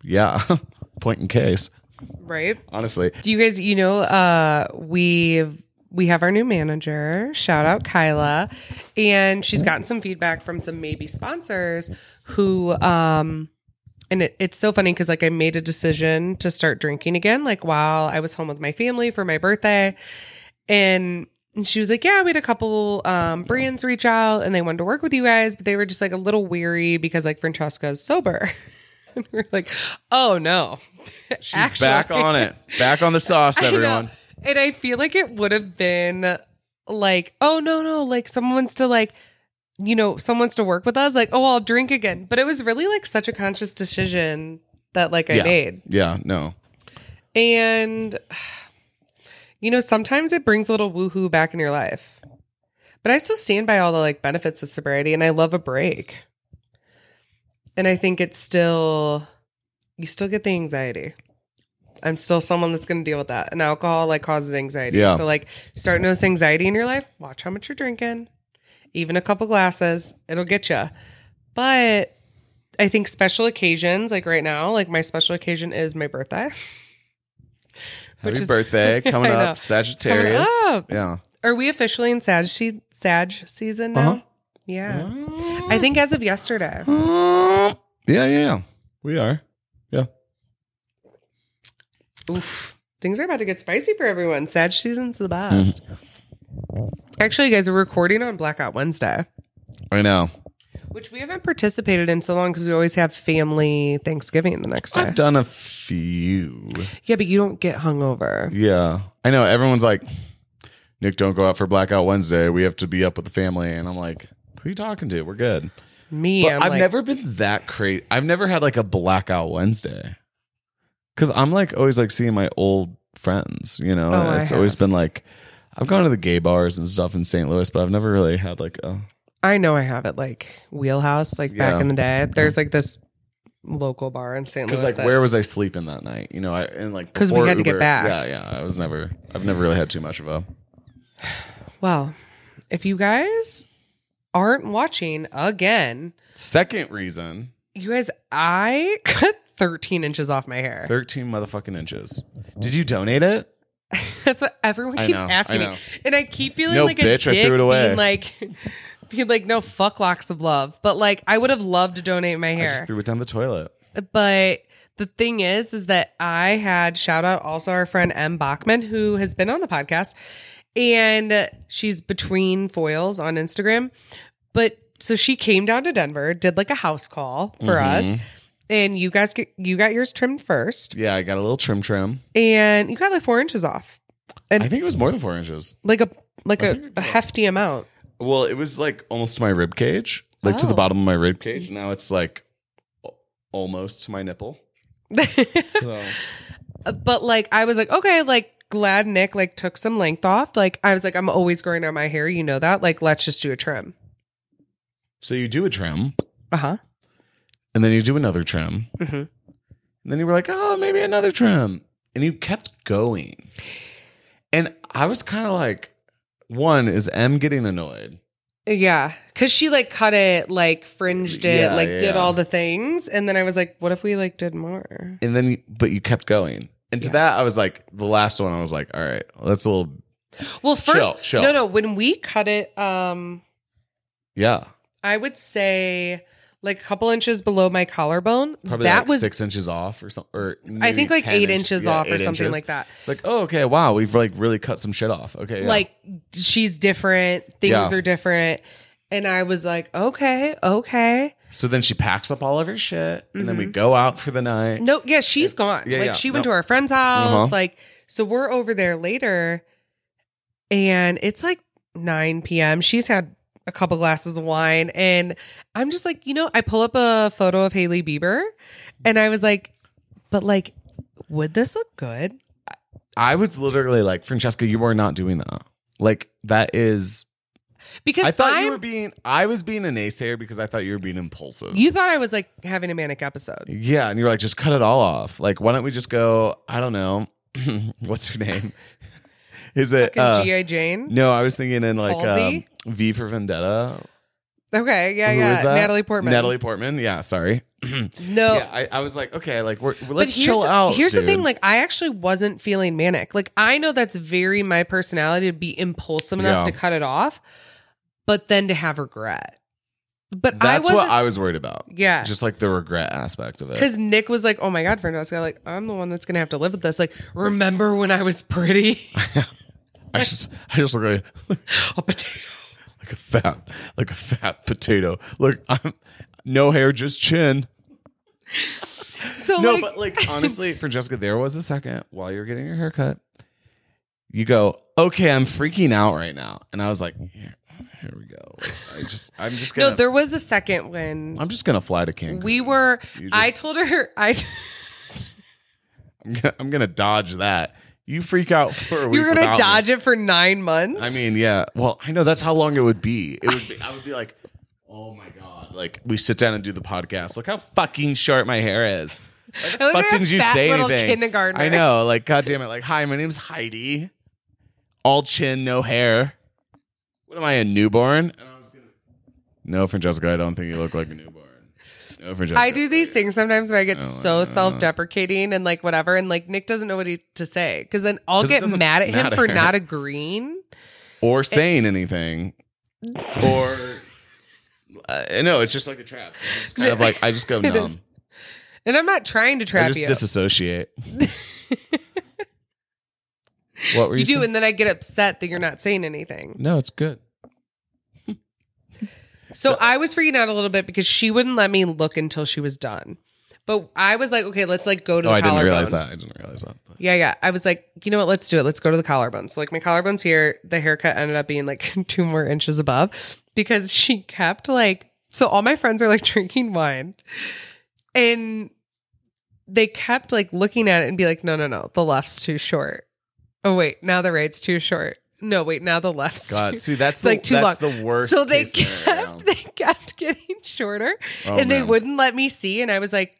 yeah. Point in case,
Right?
honestly.
Do you guys you know uh we we have our new manager, shout out Kyla, and she's gotten some feedback from some maybe sponsors who um and it, it's so funny because like I made a decision to start drinking again, like while I was home with my family for my birthday. And she was like, Yeah, we had a couple um, brands reach out and they wanted to work with you guys, but they were just like a little weary because like Francesca is sober. and we're like, Oh no.
She's back on it. Back on the sauce,
I know.
everyone.
And I feel like it would have been like, oh no, no, like someone's to like, you know, someone's to work with us, like, oh, I'll drink again. But it was really like such a conscious decision that like I
yeah.
made.
Yeah. No.
And you know, sometimes it brings a little woohoo back in your life. But I still stand by all the like benefits of sobriety and I love a break. And I think it's still you still get the anxiety. I'm still someone that's gonna deal with that. And alcohol like causes anxiety.
Yeah.
So like start notice anxiety in your life, watch how much you're drinking. Even a couple glasses, it'll get you. But I think special occasions, like right now, like my special occasion is my birthday.
Happy
is-
birthday coming
I know.
up, Sagittarius.
It's coming up.
Yeah.
Are we officially in Sag, she- Sag season now?
Uh-huh.
Yeah.
Yeah,
I think as of yesterday.
Mm. yeah, yeah. We are. Yeah.
Oof. Things are about to get spicy for everyone. Sag season's the best.
Mm-hmm.
Actually, you guys are recording on Blackout Wednesday,
I know.
which we haven't participated in so long because we always have family Thanksgiving the next day.
I've done a few.
Yeah, but you don't get hungover.
Yeah. I know. Everyone's like, Nick, don't go out for Blackout Wednesday. We have to be up with the family. And I'm like, who are you talking to? We're good.
Me,
But
I'm
I've
like,
never been that crazy. I've never had like a Blackout Wednesday. Cause I'm like always like seeing my old friends, you know?
Oh, I
it's always been like, I've gone to the gay bars and stuff in St. Louis, but I've never really had like a.
I know I have it like wheelhouse, like
Yeah.
back in the day. There's like this local bar in St.
Because
Louis.
like,
that-
where was I sleeping that night? You know, I and like
'Cause we
before
had to get
Uber-
back.
Yeah, yeah. I was never. I've never really had too much of a.
well, if you guys aren't watching again,
Second reason:
you guys, I cut 13 inches off my hair.
thirteen motherfucking inches. Did you donate it?
That's what everyone
I
keeps
know,
asking
I
me,
know.
and I keep feeling
No,
like
bitch,
a
I
dick
threw it away.
being like, being like, no fuck locks of love. But like, I would have loved to donate my
I
hair.
just threw it down the toilet.
But the thing is, is that I had shout out also our friend M Bachman who has been on the podcast, and she's between foils on Instagram. But so she came down to Denver, did like a house call for us, and you guys get you got yours trimmed first,
Yeah, I got a little trim trim.
and you got like four inches off,
I think it was more than four inches.
like a like
think
a, a hefty amount.
Well, it was like almost to my rib cage, like to the
Oh.
bottom of my rib cage. Now it's like al- almost to my nipple. So
but like I was like, okay, like glad Nick like took some length off. Like I was like, I'm always growing out my hair, you know that. Like let's just do a trim.
so you do a trim,
Uh huh.
and then you do another trim,
Mhm.
and then you were like, oh, maybe another trim, and you kept going. And I was kind of like, one is M getting annoyed.
Yeah, because she like cut it, like fringed it,
Yeah,
like
yeah,
did
yeah.
all the things, and then I was like, what if we like did more?
and then you- but you kept going. And to that, I was like, the last one, I was like, all right, well, that's a little,
Well, first,
Chill, chill.
no, no. When we cut it, um,
yeah,
I would say like a couple inches below my collarbone.
probably
that
like
was,
six inches off or something. Or
I
maybe
think, like
10
eight inches
yeah,
off or
eight
something
inches.
like that.
It's like, oh, okay, wow, we've like really cut some shit off. Okay, yeah.
like she's different, things
Yeah.
are different, and I was like, okay, okay.
so then she packs up all of her shit, and then we
Mm-hmm.
go out for the night.
No, yeah, she's gone.
yeah,
like
yeah,
she went
no.
to our friend's house.
Uh-huh.
Like, so we're over there later, and it's like 9 p.m. She's had a couple glasses of wine, and I'm just like, you know, I pull up a photo of Haley Bieber, and I was like, but like, would this look good?
I was literally like, Francesca, you are not doing that. Like that is,
Because
I thought
I'm,
you were being, I was being a naysayer because I thought you were being impulsive.
you thought I was like having a manic episode.
Yeah, and you're like, just cut it all off. Like, why don't we just go? I don't know. What's her name? Is it?
Fucking
Uh,
G.I. Jane.
no, I was thinking in like um,
Halsey?
V for Vendetta.
Okay, yeah,
Who
yeah.
is that?
Natalie Portman.
Natalie Portman. Yeah, sorry.
No.
Yeah, I, I was like, okay, like we're
But
let's
here's,
chill
the-
out.
here's the
dude.
thing, like I actually wasn't feeling manic. Like I know that's very my personality to be impulsive enough
Yeah.
to cut it off, but then to have regret. But I
that's what
wasn't
I was worried about.
Yeah.
just like the regret aspect of it.
Because Nick was like, "Oh my god, Fernando, like I'm the one that's gonna have to live with this." Like, remember when I was pretty?
I just, I just look like,
a potato.
like a fat, like a fat potato. Look, I'm no hair, just chin.
So
No,
like,
but like honestly, for Jessica, there was a second while you're getting your haircut, you go, "Okay, I'm freaking out right now," and I was like, "Here, here we go." I just, I'm just
no,
gonna,
there was a second when
I'm just gonna fly to Cancun.
we were.
You
I
just-
told her I.
I'm, gonna, I'm gonna dodge that. You freak out for a week.
you were gonna
without me.
dodge it for nine months.
I mean, yeah. Well, I know that's how long it would be. It would be. I would be like, "Oh my god!" Like we sit down and do the podcast. Look how fucking short my hair is.
Look
fuck
at that
didn't you
fat
say
little
anything?
Kindergartner.
I know, like, god damn it. Like, hi, my name's Heidi. All chin, no hair. What am I, a newborn? And I was gonna- No, Francesca, I don't think you look like a newborn. No, Francesca.
I do these things sometimes when I get
Oh, uh,
so self deprecating and like whatever. And like Nick doesn't know what he, to say because then I'll
'Cause it
get
doesn't
mad at him for
matter.
not agreeing.
or saying anything or uh, no it's just like a trap it's kind of like i just go
It
numb
is. And I'm not trying to
i
trap
just
you.
disassociate what were you,
you do,
saying?
and then I get upset that you're not saying anything.
no it's good
So, I was freaking out a little bit because she wouldn't let me look until she was done. But I was like, okay, let's like go to
oh
the
i didn't
collarbone.
realize that i didn't realize that but-
Yeah, yeah. I was like, you know what? Let's do it. Let's go to the collarbone. So like my collarbone's here. The haircut ended up being like two more inches above because she kept like so all my friends are like drinking wine. And they kept like looking at it and be like, no, no, no, the left's too short. Oh wait, now the right's too short. No, wait, now the left's
god
too
see that's the,
like too
that's
long.
the worst
So they
case scenario.
kept they kept getting shorter,
Oh,
and they
man.
wouldn't let me see. And I was like,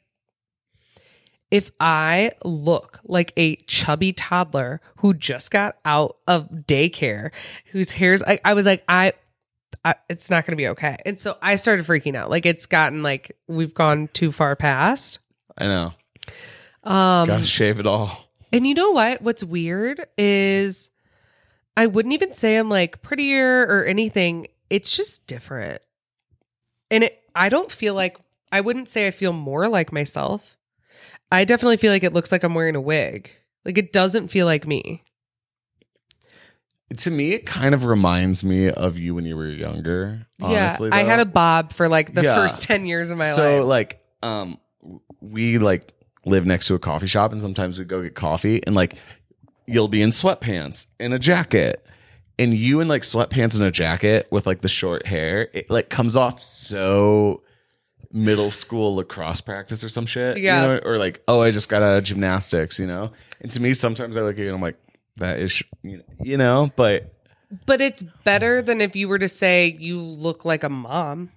if I look like a chubby toddler who just got out of daycare, whose hair's I, I was like I. I, it's not going to be okay. And so I started freaking out. Like it's gotten like we've gone too far past.
i know
Um
gotta shave it all
and you know what? What's weird is I wouldn't even say I'm like prettier or anything. It's just different. And it, I don't feel like, I wouldn't say I feel more like myself. I definitely feel like it looks like I'm wearing a wig. Like it doesn't feel like me.
to me it kind of reminds me of you when you were younger honestly
yeah. I
though.
had a bob for like the
Yeah.
first 10 years of my
so
life.
like um we like live next to a coffee shop and sometimes we go get coffee and like you'll be in sweatpants and a jacket and you in like sweatpants and a jacket with like the short hair it like comes off so middle school lacrosse practice or some shit you
Yeah.
know, or like oh i just got out of gymnastics you know and to me sometimes i look at you and i'm like that is sh- you know- you know but
But it's better than if you were to say you look like a mom.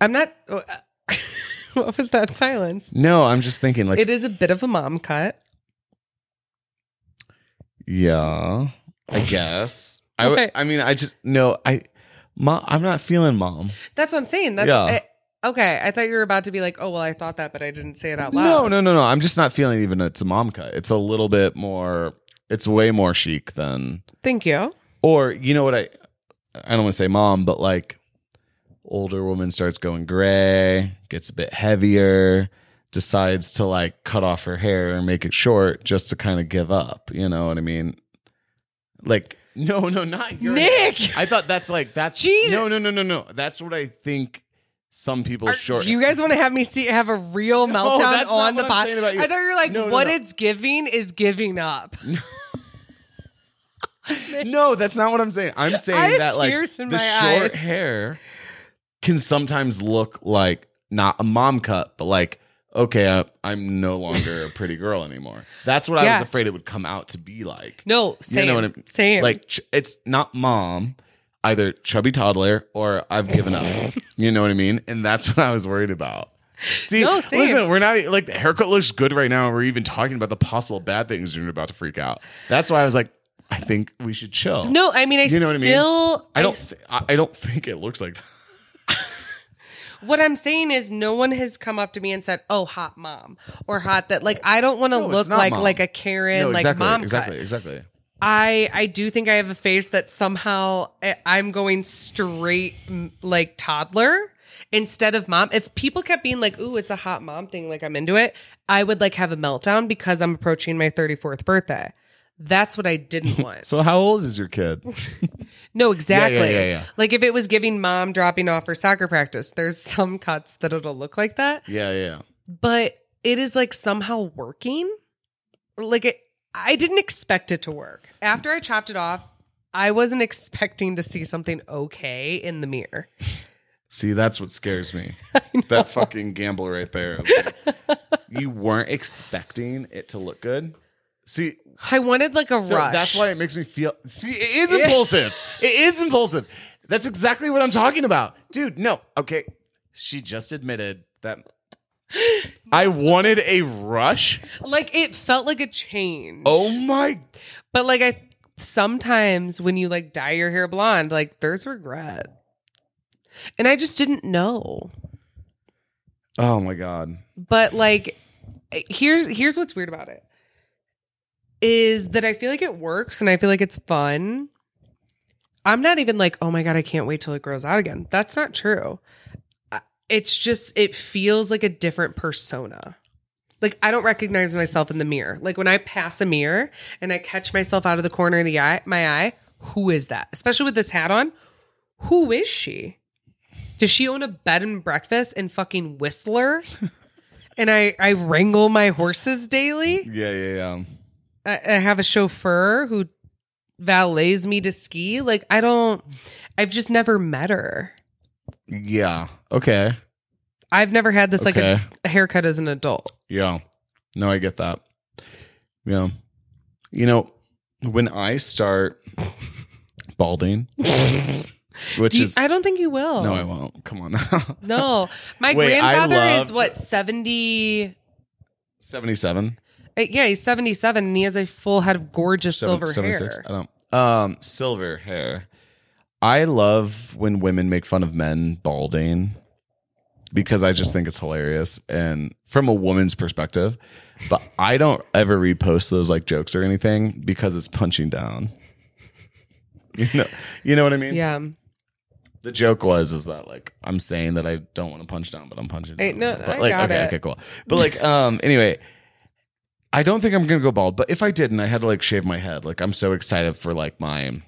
I'm not. What was that silence?
no i'm just thinking like
it is a bit of a mom cut.
Yeah, I guess. I w-
Okay.
I mean, I just no. I mom. I'm not feeling mom.
That's what I'm saying. That's
Yeah.
I- okay. I thought you were about to be like, oh well, I thought that, but I didn't say it out loud.
No, no, no, no. I'm just not feeling even. It's a mom cut. It's a little bit more. It's way more chic than.
Thank you.
Or you know what I? I don't want to say mom, but like older woman starts going gray, gets a bit heavier, decides to like cut off her hair and make it short just to kind of give up. You know what I mean? Like no, no, not your
Nick!
I thought that's like that's
Jesus.
no, no, no, no, no. That's what I think some people short.
Do you guys want to have me see have a real meltdown
Oh, that's not
on
what
the
I'm
pod?
saying about you.
I thought you were like,
No, no,
what
no.
it's giving is giving up.
no, that's not what I'm saying. I'm saying
have
that like
tears in
the
my
short
eyes.
hair can sometimes look like not a mom cut, but like okay, I, I'm no longer a pretty girl anymore. That's what I was
Yeah.
afraid it would come out to be like.
No, same.
You know what I mean?
Same.
Like ch- it's not mom, either chubby toddler or I've given up. you know what I mean? And that's what I was worried about. See,
No, same.
listen, we're not like the haircut looks good right now. and We're even talking about the possible bad things you're about to freak out. That's why I was like, I think we should chill.
no, I mean, I
You know what I mean?
still.
I don't. I, I don't think it looks like. that.
What I'm saying is, no one has come up to me and said, "Oh, hot mom" or "hot that." Like, I don't want to
No, it's
look
not
like
mom.
like a Karen,
No,
like
exactly,
mom.
exactly,
Cut.
exactly.
I I do think I have a face that somehow I- I'm going straight m- like toddler instead of mom. If people kept being like, "Ooh, it's a hot mom thing," like I'm into it, I would like have a meltdown because I'm approaching my 34th birthday. That's what I didn't want.
So, how old is your kid?
No, exactly.
yeah, yeah.
Like if it was giving mom dropping off for soccer practice, there's some cuts that it'll look like that,
yeah, yeah.
but it is like somehow working. Like it, I didn't expect it to work. After I chopped it off, I wasn't expecting to see something okay in the mirror.
See, that's what scares me. That fucking gamble right there. you weren't expecting it to look good. See,
I wanted like a
so
rush.
that's why it makes me feel. See, it is impulsive. it is impulsive. That's exactly what I'm talking about, dude. No, okay. She just admitted that. I wanted a rush.
like it felt like a change.
Oh my!
But like I sometimes when you like dye your hair blonde, like there's regret. And I just didn't know.
Oh my god!
but like here's here's what's weird about it is that I feel like it works and I feel like it's fun. I'm not even like, oh my God, I can't wait till it grows out again. That's not true. I- It's just, it feels like a different persona. Like, I don't recognize myself in the mirror. Like, when I pass a mirror and I catch myself out of the corner of the eye, my eye, who is that? Especially with this hat on, who is she? Does she own a bed and breakfast in fucking Whistler? and I, I wrangle my horses daily?
Yeah, yeah, yeah.
I, I have a chauffeur who valets me to ski. Like I don't I've just never met her.
Yeah. Okay.
I've never had this like
Okay.
a, a haircut as an adult.
Yeah. No, I get that. Yeah. You know, when I start balding, which
Do you-
is
I don't think you will.
no, I won't. Come on now.
No. My
Wait, I
grandfather is
loved-
what 70
Seventy-seven.
uh, yeah, he's 77 and he has a full head of gorgeous
Seven-
silver
76?
hair.
I don't. Um, silver hair. I love when women make fun of men balding because I just think it's hilarious and from a woman's perspective. But I don't ever repost those like jokes or anything because it's punching down. You know, you know what I mean.
Yeah.
The joke was is that like I'm saying that I don't want to punch down, but I'm punching down.
Hey, no,
but,
I
like,
got
okay,
it.
okay, cool. But like, um, anyway, I don't think I'm gonna go bald. But if I did, and I had to like shave my head, like I'm so excited for like my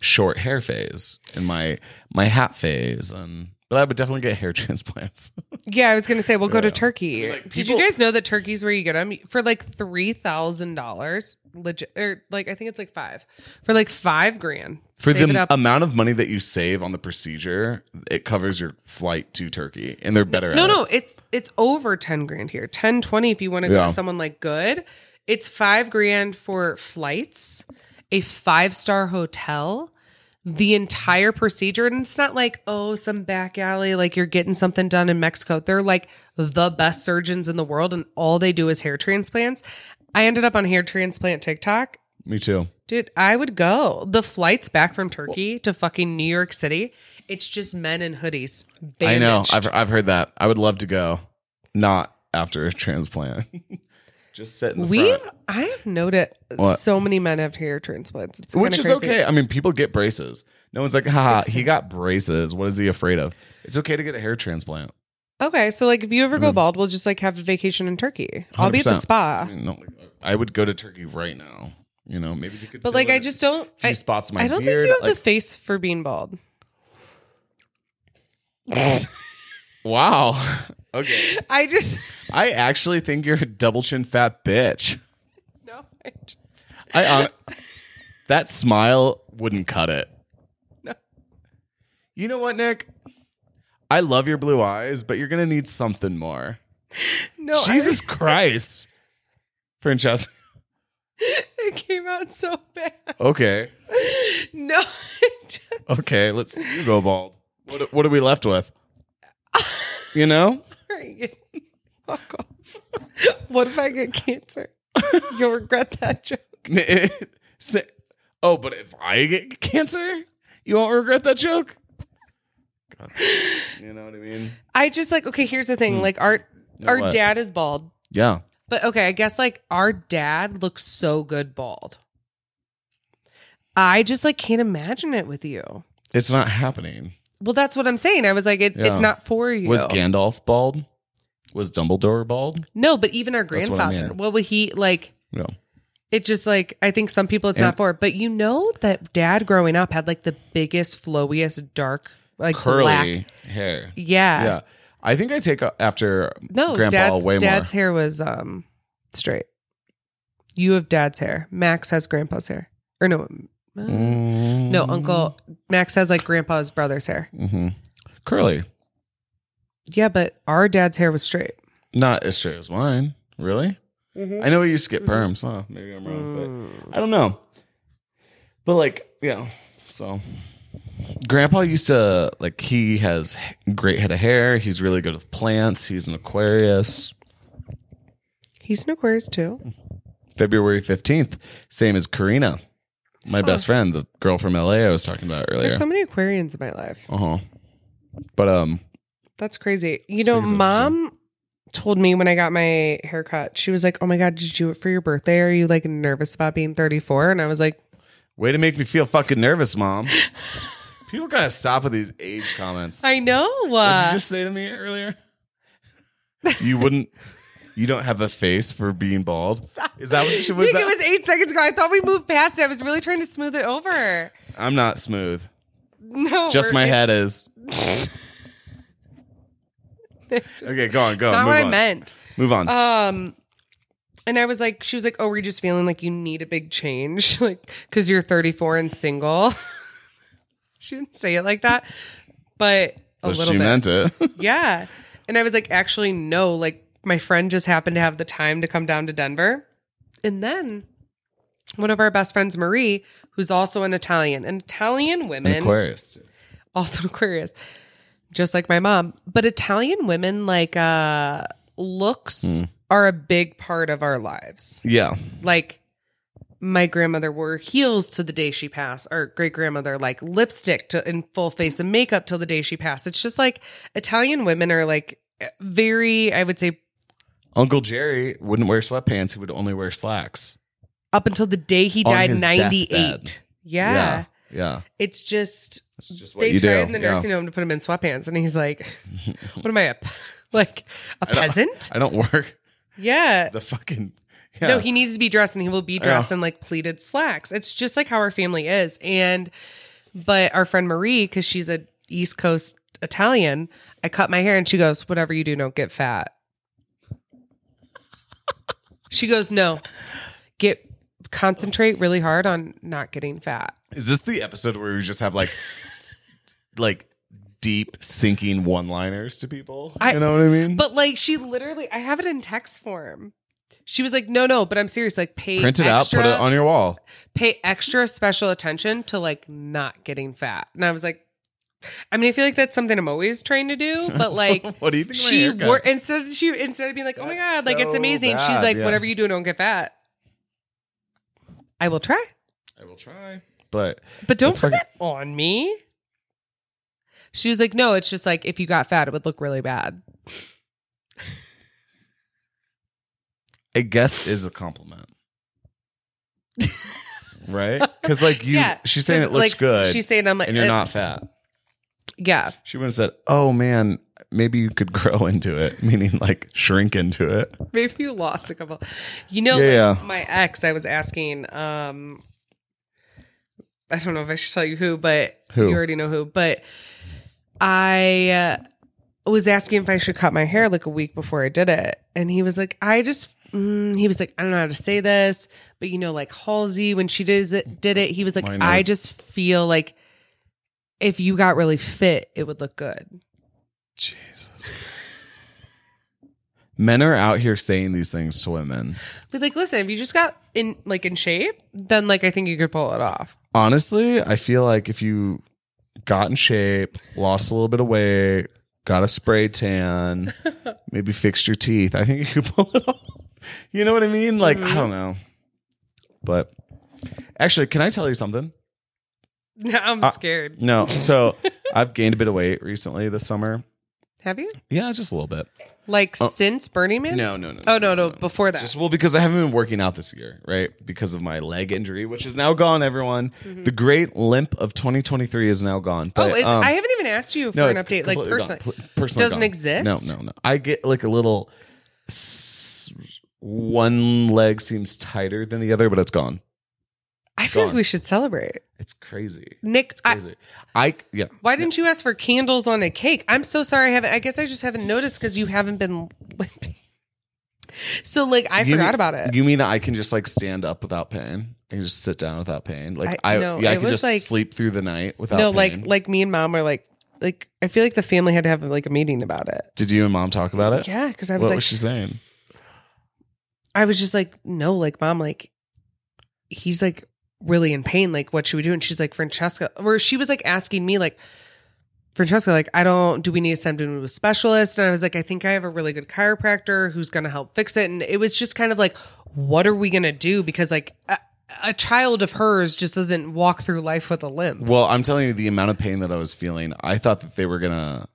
short hair phase and my my hat phase, and but I would definitely get hair transplants.
Yeah, I was going to say we'll go to Turkey.
Like,
Did
people-
you guys know that Turkey's where you get them for like $3,000 legit or like I think it's like 5 for like 5 grand.
for
Save it
the
up.
amount of money that you save on the procedure, it covers your flight to Turkey, and they're better.
No,
at
no, it's it's over 10 grand here. 10 20 if you want to go
Yeah.
to someone like good. It's 5 grand for flights, a five-star hotel, the entire procedure and it's not like, oh, some back alley like you're getting something done in Mexico. They're like the best surgeons in the world and all they do is hair transplants. I ended up on hair transplant TikTok
it. Me too.
Dude, I would go. The flights back from Turkey to fucking New York City, it's just men in hoodies.
I know.
Bandaged.
I've I've heard that. I would love to go, not after a transplant. Just sit in the
we
front.
I have noted
What?
so many men have hair transplants. It's
which is
kinda crazy.
okay. I mean, people get braces. No one's like, ha, he got braces. What is he afraid of? It's okay to get a hair transplant.
Okay, so like if you ever go bald, we'll just like have a vacation in Turkey. I'll be at the
100%. Mm-hmm. I
spa.
mean, no, I would go to Turkey right now. You know, maybe you could.
But
fill
like
in
I
a
just don't
few
I,
spots in my
I don't
beard.
think you have
like,
the face for being bald.
wow. okay,
I just
I actually think you're a double chin fat bitch.
no, I just
I um, that smile wouldn't cut it.
No.
You know what, Nick? I love your blue eyes, but you're gonna need something more.
no I-
Jesus Christ, Oh, Francesca.
it came out so bad.
Okay,
No, I just
okay. Let's you go bald. What what are we left with? You know,
Fuck off. what if I get cancer? You'll regret that joke.
Say- oh, but if I get cancer, you won't regret that joke. God. You know what I mean?
I just like okay. Here's the thing. Like our our
Hmm. what?
dad is bald,
Yeah.
but okay. I guess like our dad looks so good bald. I just like can't imagine it with you.
It's not happening.
Well, that's what I'm saying. I was like, it,
Yeah.
it's not for you.
Was Gandalf bald? Was Dumbledore bald?
no, but even our
That's what I
grandfather.
mean.
What would he like?
No.
It just like I think some people it's
And-
not for. But you know that dad growing up had like the biggest, flowiest, dark, like black.
Curly hair.
Yeah.
Yeah. I think I take a- after
No,
Grandpa
dad's,
way
dad's
more.
hair was um straight. You have dad's hair. Max has grandpa's hair. Or no, uh,
Mm.
no, uncle Max has like grandpa's brother's hair.
hmm Curly.
Yeah, but our dad's hair was straight.
Not as straight as mine. Really?
Mm-hmm.
I know you skip perms. Huh? Maybe I'm wrong,
Mm.
but I don't know. But like, you know, so Grandpa used to like he has h- great head of hair. He's really good with plants. He's an Aquarius.
He's an Aquarius too.
February 15th, same as Karina, my best friend, the girl from LA I was talking about earlier.
There's so many Aquarians in my life.
uh huh. But um,
That's crazy. You know,
Six of us,
mom told me when I got my haircut, she was like, "Oh my god, did you do it for your birthday? Are you like nervous about being 34?" And I was like,
Way to make me feel fucking nervous, mom. People gotta stop with these age comments.
"I know."
What did you
Uh,
just say to me earlier? You wouldn't. You don't have a face for being bald. Is that what she
I
was?
think
That,
it was eight seconds ago. I thought we moved past it. I was really trying to smooth it over.
I'm not smooth.
No,
Just
we're-
my head is.
it's just-
Okay, go on, go
It's
on.
not
move
what
on.
I meant.
Move on.
Um, and I was like, she was like, "Oh, were you just feeling like you need a big change, like because you're 34 and single." she didn't say it like that, but a
But
little
she
bit,
meant it.
yeah. And I was like, actually, no. Like my friend just happened to have the time to come down to Denver, and then one of our best friends, Marie, who's also an Italian, and Italian women
Aquarius.
also Aquarius, just like my mom. But Italian women like uh looks
Hmm.
are a big part of our lives.
Yeah.
Like my grandmother wore heels to the day she passed. Our great grandmother like lipstick to in full face of makeup till the day she passed. It's just like Italian women are like very, I would say,
Uncle Jerry wouldn't wear sweatpants. He would only wear slacks.
up until the day he
On
died,
his
ninety
deathbed.
eight. Yeah.
Yeah.
It's just
That's just what
they
you do.
tried in the
Yeah.
nursing home to put him in sweatpants, and he's like, "What am I, a, p- like a
don't-
peasant?"
I don't work
Yeah.
the fucking. Yeah.
No, he needs to be dressed and he will be dressed in like pleated slacks. It's just like how our family is. And but our friend Marie, because she's a East Coast Italian, I cut my hair and she goes, Whatever you do, don't get fat. she goes, No. Get concentrate really hard on not getting fat.
Is this the episode where we just have like, like deep sinking one-liners to people?
I-
you know what I mean?
But like she literally I have it in text form. She was like, No, no, but I'm serious, like pay
Print it out, put
extra-
it on your wall.
pay extra special attention to like not getting fat. And I was like, I mean, I feel like that's something I'm always trying to do, but like
What do you think? of my
she
haircut?
wore instead she instead of being like, oh my god,
That's
like it's
so
amazing. She's
bad,
like,
yeah.
whatever you do, don't get fat. I will try,
I will try, but
but don't
That's
put
fucking-
that on me. She was like, no, it's just like if you got fat, it would look really bad.
I guess is a compliment. right? Because like you, she's saying it
'cause,
looks
like,
good,
She's saying I'm like,
and you're
uh,
not fat.
Yeah,
She would have said, "Oh man, maybe you could grow into it," meaning like shrink into it.
Maybe you lost a couple. You know,
Yeah,
like, my ex, I was asking, um, I don't know if I should tell you who, but
Who?
you already know who, but I uh, was asking if I should cut my hair like a week before I did it. And he was like, I just, mm, he was like, I don't know how to say this, but you know, like Halsey, when she does it, did it, he was like,
Why not?
I just feel like if you got really fit, it would look good.
Jesus. Christ. Men are out here saying these things to women.
But like, listen, if you just got in like in shape, then like I think you could pull it off.
Honestly, I feel like if you got in shape, lost a little bit of weight, got a spray tan, maybe fixed your teeth, I think you could pull it off. You know what I mean? Like, I don't know. But actually, can I tell you something?
Now I'm
Uh,
scared.
No. So I've gained a bit of weight recently this summer.
Have you?
Yeah, just a little bit.
Like since Burning Man?
Oh. No, no, no.
Oh no, no, before that.
Just well, because I haven't been working out this year, right? Because of my leg injury, which is now gone, everyone. The great limp of 2023 is now gone.
Mm-hmm. oh,
But,
it's,
um,
I haven't even asked you for
no,
an
it's
update. Like
completely gone.
personally.
Pl- personally
Doesn't
gone.
exist?
No, no, no. I get like a little s- one leg seems tighter than the other, but it's gone.
I feel
gone.
like we should celebrate.
It's crazy.
Nick, I,
Crazy. I, yeah.
why didn't you ask for candles on a cake? I'm so sorry. I haven't. I guess I just haven't noticed because you haven't been limping. So like I
You
forgot
mean-
about it.
You mean that I can just like stand up without pain? I can just sit down without pain. Like
I-
I,
no,
yeah, I
it
can
was
just
like-
sleep through the night without.
no,
pain.
like like me and mom were like like I feel like the family had to have like a meeting about it.
did you and mom talk about it?
Yeah, because I
What
was
was,
like
she saying?
I was just like, no, like mom, like he's like really in pain. Like, what should we do? And she's like, Francesca, or she was like asking me, like, Francesca, like, I don't, do we need to send him to a specialist? And I was like, I think I have a really good chiropractor who's going to help fix it. And it was just kind of like, what are we going to do? Because like a, a child of hers just doesn't walk through life with a limp.
Well, I'm telling you the amount of pain that I was feeling. I thought that they were gonna.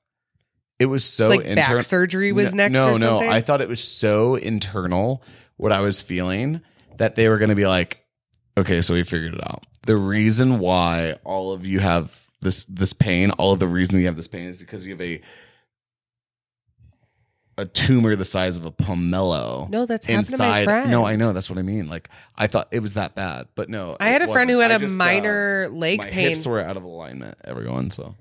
It It was so
Like
internal.
back surgery was
no,
next
No,
or
no.
something?
I thought it was so internal what I was feeling that they were going to be like, okay, so we figured it out. The reason why all of you have this this pain, all of the reason you have this pain is because you have a a tumor the size of a pomelo.
No, that's happened to my
inside.
friend.
No, I know that's what I mean. Like I thought it was that bad, but no.
I had
it
a
wasn't.
friend who had
I
a
just, uh,
minor leg
my
pain. Oh,
hips were out of alignment. Everyone, so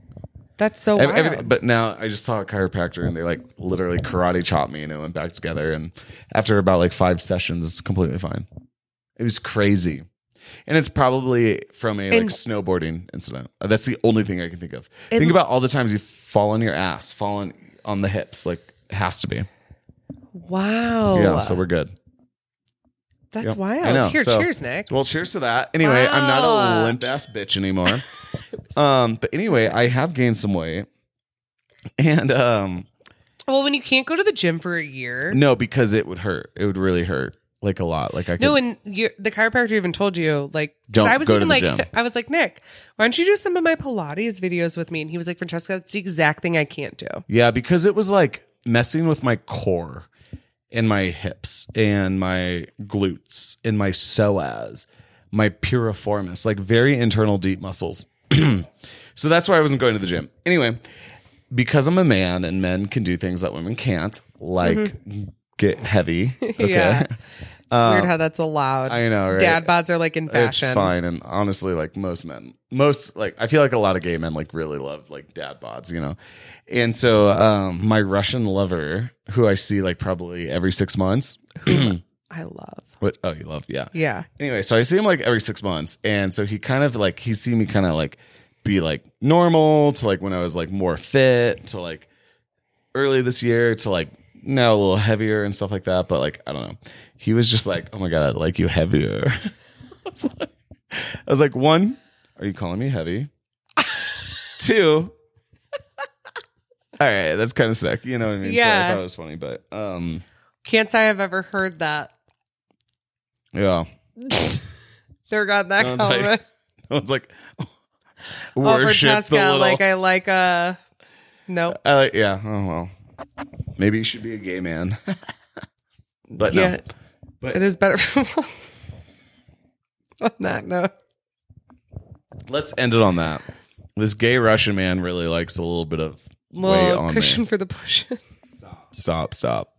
That's so
Ev-
wild.
everything. But now I just saw a chiropractor and they like literally karate chopped me and it went back together. And after about like five sessions, it's completely fine. It was crazy. And it's probably from a like
And-
snowboarding incident. Uh, That's the only thing I can think of.
And-
think about all the times you fall on your ass, fall on, on the hips. Like, it has to be.
Oh, wow.
Yeah, so we're good.
that's
yeah,
wild.
I know,
Here,
so-
cheers, Nick.
Well, cheers to that. Anyway, I'm not
Wow.
a limp ass bitch anymore. um, but anyway, I have gained some weight. And um,
Well, when you can't go to the gym for a year.
No, because it would hurt. It would really hurt, like a lot. Like I could.
No, and you the chiropractor even told you, like, 'cause
Don't
I was
go to
even
the
like,
gym.
I was like, Nick, why don't you do some of my Pilates videos with me? And he was like, Francesca, that's the exact thing I can't do.
yeah, because it was like messing with my core and my hips and my glutes and my psoas, my piriformis, like very internal deep muscles. so that's why I wasn't going to the gym. Anyway, because I'm a man and men can do things that women can't, like get heavy. Okay.
Yeah. It's weird how that's allowed.
Uh, I know, right?
Dad bods are like in fashion.
It's fine, and honestly, like most men, most like I feel like a lot of gay men like really love like dad bods, you know. And so, um, my Russian lover, who I see like probably every six months,
I love.
what? Oh, you love, yeah.
Yeah.
Anyway, so I see him like every six months, and so he kind of like he see me kind of like be like normal to like when I was like more fit to like early this year to like now a little heavier and stuff like that. But like I don't know, he was just like, oh my god, I like you heavier. I, was like, I was like, one, are you calling me heavy? Two. All right, that's kind of sick. You know what I mean? So I
Yeah.
thought it was funny, but um,
Can't say I've ever heard that.
yeah.
Never got that
Sounds like-
comment.
I was like,
Oh, for
worship the
Jessica,
little.
like I like uh no.
I like, yeah. Oh well, maybe you should be a gay man. but
yeah.
no, But-
it is better for on that note.
let's end it on that. This gay Russian man really likes a little bit of weight
Little
on
cushion
me.
for the pushing.
Stop, stop.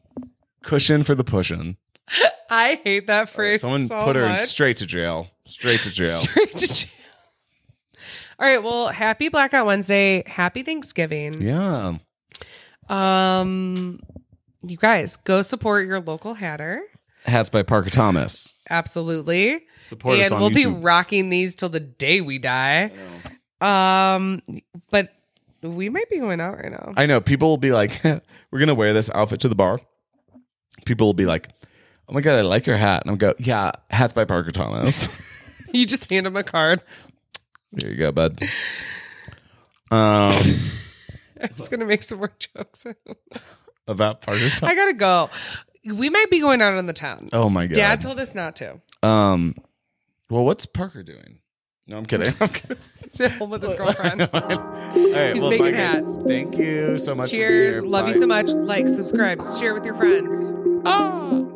Cushion for the pushing.
I hate that phrase.
Someone
so
put her
much.
straight to jail. Straight to jail.
Straight to jail. All right. Well, happy Blackout Wednesday. Happy Thanksgiving.
yeah.
Um, you guys go support your local hatter.
Hats by Parker Thomas.
Absolutely.
Support us
and
on
we'll be
YouTube.
rocking these till the day we die. Um, but we might be going out right now.
I know people will be like, we're gonna wear this outfit to the bar. People will be like, oh my god, I like your hat, and I'm go, yeah, hats by Parker Thomas.
you just hand him a card.
there you go, bud. Um,
I'm just gonna make some more jokes.
about Parker Thomas.
I gotta go. We might be going out on the town.
Oh my god.
Dad told us not to.
um, well, what's Parker doing? No, I'm kidding. I'm kidding.
He's at home with his girlfriend.
All right,
He's
well,
making
bye, guys.
hats.
Thank you so much. for being
Cheers.
here.
Love you
Bye.
so much. Like, subscribe, share with your friends.
Ah!